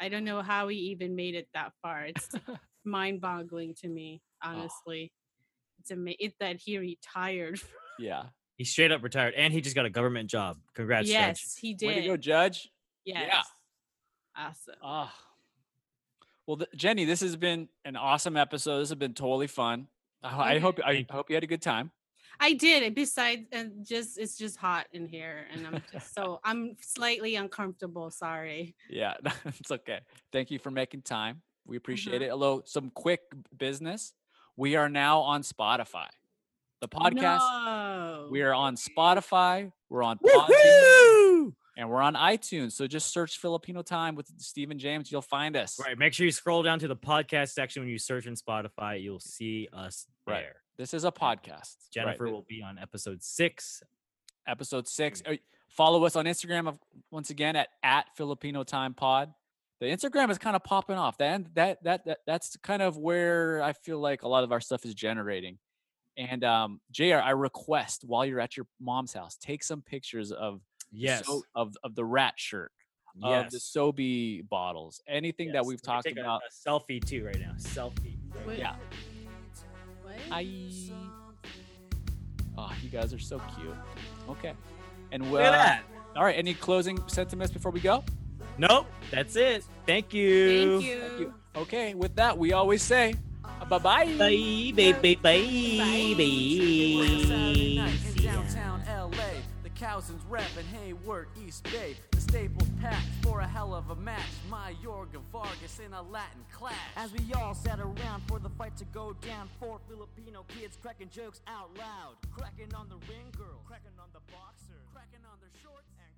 Speaker 5: I don't know how he even made it that far. It's mind-boggling to me,
Speaker 4: Oh.
Speaker 5: honestly. It's amazing it, that he retired.
Speaker 4: Yeah.
Speaker 3: He straight up retired, and he just got a government job. Congrats, Judge.
Speaker 5: yes, he
Speaker 4: Way to
Speaker 5: did.
Speaker 4: go, Judge.
Speaker 5: yes.
Speaker 4: yeah.
Speaker 5: Awesome.
Speaker 4: Ah. Well, th- Jenny, this has been an awesome episode. This has been totally fun. I, I hope I
Speaker 3: Thank
Speaker 4: hope you had a good time.
Speaker 5: I did. And besides, and just it's just hot in here, and I'm just so I'm slightly uncomfortable. Sorry.
Speaker 4: Yeah, it's okay. Thank you for making time. We
Speaker 3: Mm-hmm.
Speaker 4: appreciate it. Although some quick business, we are now on Spotify. The podcast
Speaker 5: No.
Speaker 4: we are on Spotify. We're on Podbean,
Speaker 3: Woohoo!
Speaker 4: and we're on iTunes. So just search Filipino Time with Stephen James. You'll find us.
Speaker 3: Right. Make sure you scroll down to the podcast section when you search in Spotify. You'll see us
Speaker 4: Right.
Speaker 3: there.
Speaker 4: This is a podcast.
Speaker 3: Jennifer
Speaker 4: will.
Speaker 3: will be on episode six.
Speaker 4: episode six.
Speaker 3: Mm.
Speaker 4: Uh, Follow us on Instagram of once again at at Filipino Time Pod. The Instagram is kind of popping off. That, that that that that's kind of where I feel like a lot of our stuff is generating. And um, Jr., I request while you're at your mom's house, take some pictures of
Speaker 3: Yes.
Speaker 4: so- of of the rat shirt, of
Speaker 3: yes.
Speaker 4: the Sobe bottles, anything
Speaker 3: yes.
Speaker 4: that we've
Speaker 3: Let me
Speaker 4: talked
Speaker 3: take a-
Speaker 4: about.
Speaker 3: A, selfie too right now. Selfie.
Speaker 5: Wait,
Speaker 4: yeah.
Speaker 5: What?
Speaker 4: I, oh, you guys are so cute. Okay, and
Speaker 3: Look at
Speaker 4: well,
Speaker 3: that.
Speaker 4: all right. Any closing sentiments before we go?
Speaker 3: Nope. That's it. Thank
Speaker 5: Thank
Speaker 3: you.
Speaker 4: Thank
Speaker 5: you.
Speaker 4: you. Okay, with that, we always say bye bye.
Speaker 3: Bye, baby, bye,
Speaker 1: Saturday
Speaker 3: baby.
Speaker 1: night in downtown LA. The Cousins reppin' Hayward, East Bay. The staples packed for a hell of a match. My Yorga Vargas in a Latin clash.
Speaker 8: As we all sat around for the fight to go down, four Filipino kids cracking jokes out loud, cracking on the ring girl, cracking on the boxer, cracking on their shorts, and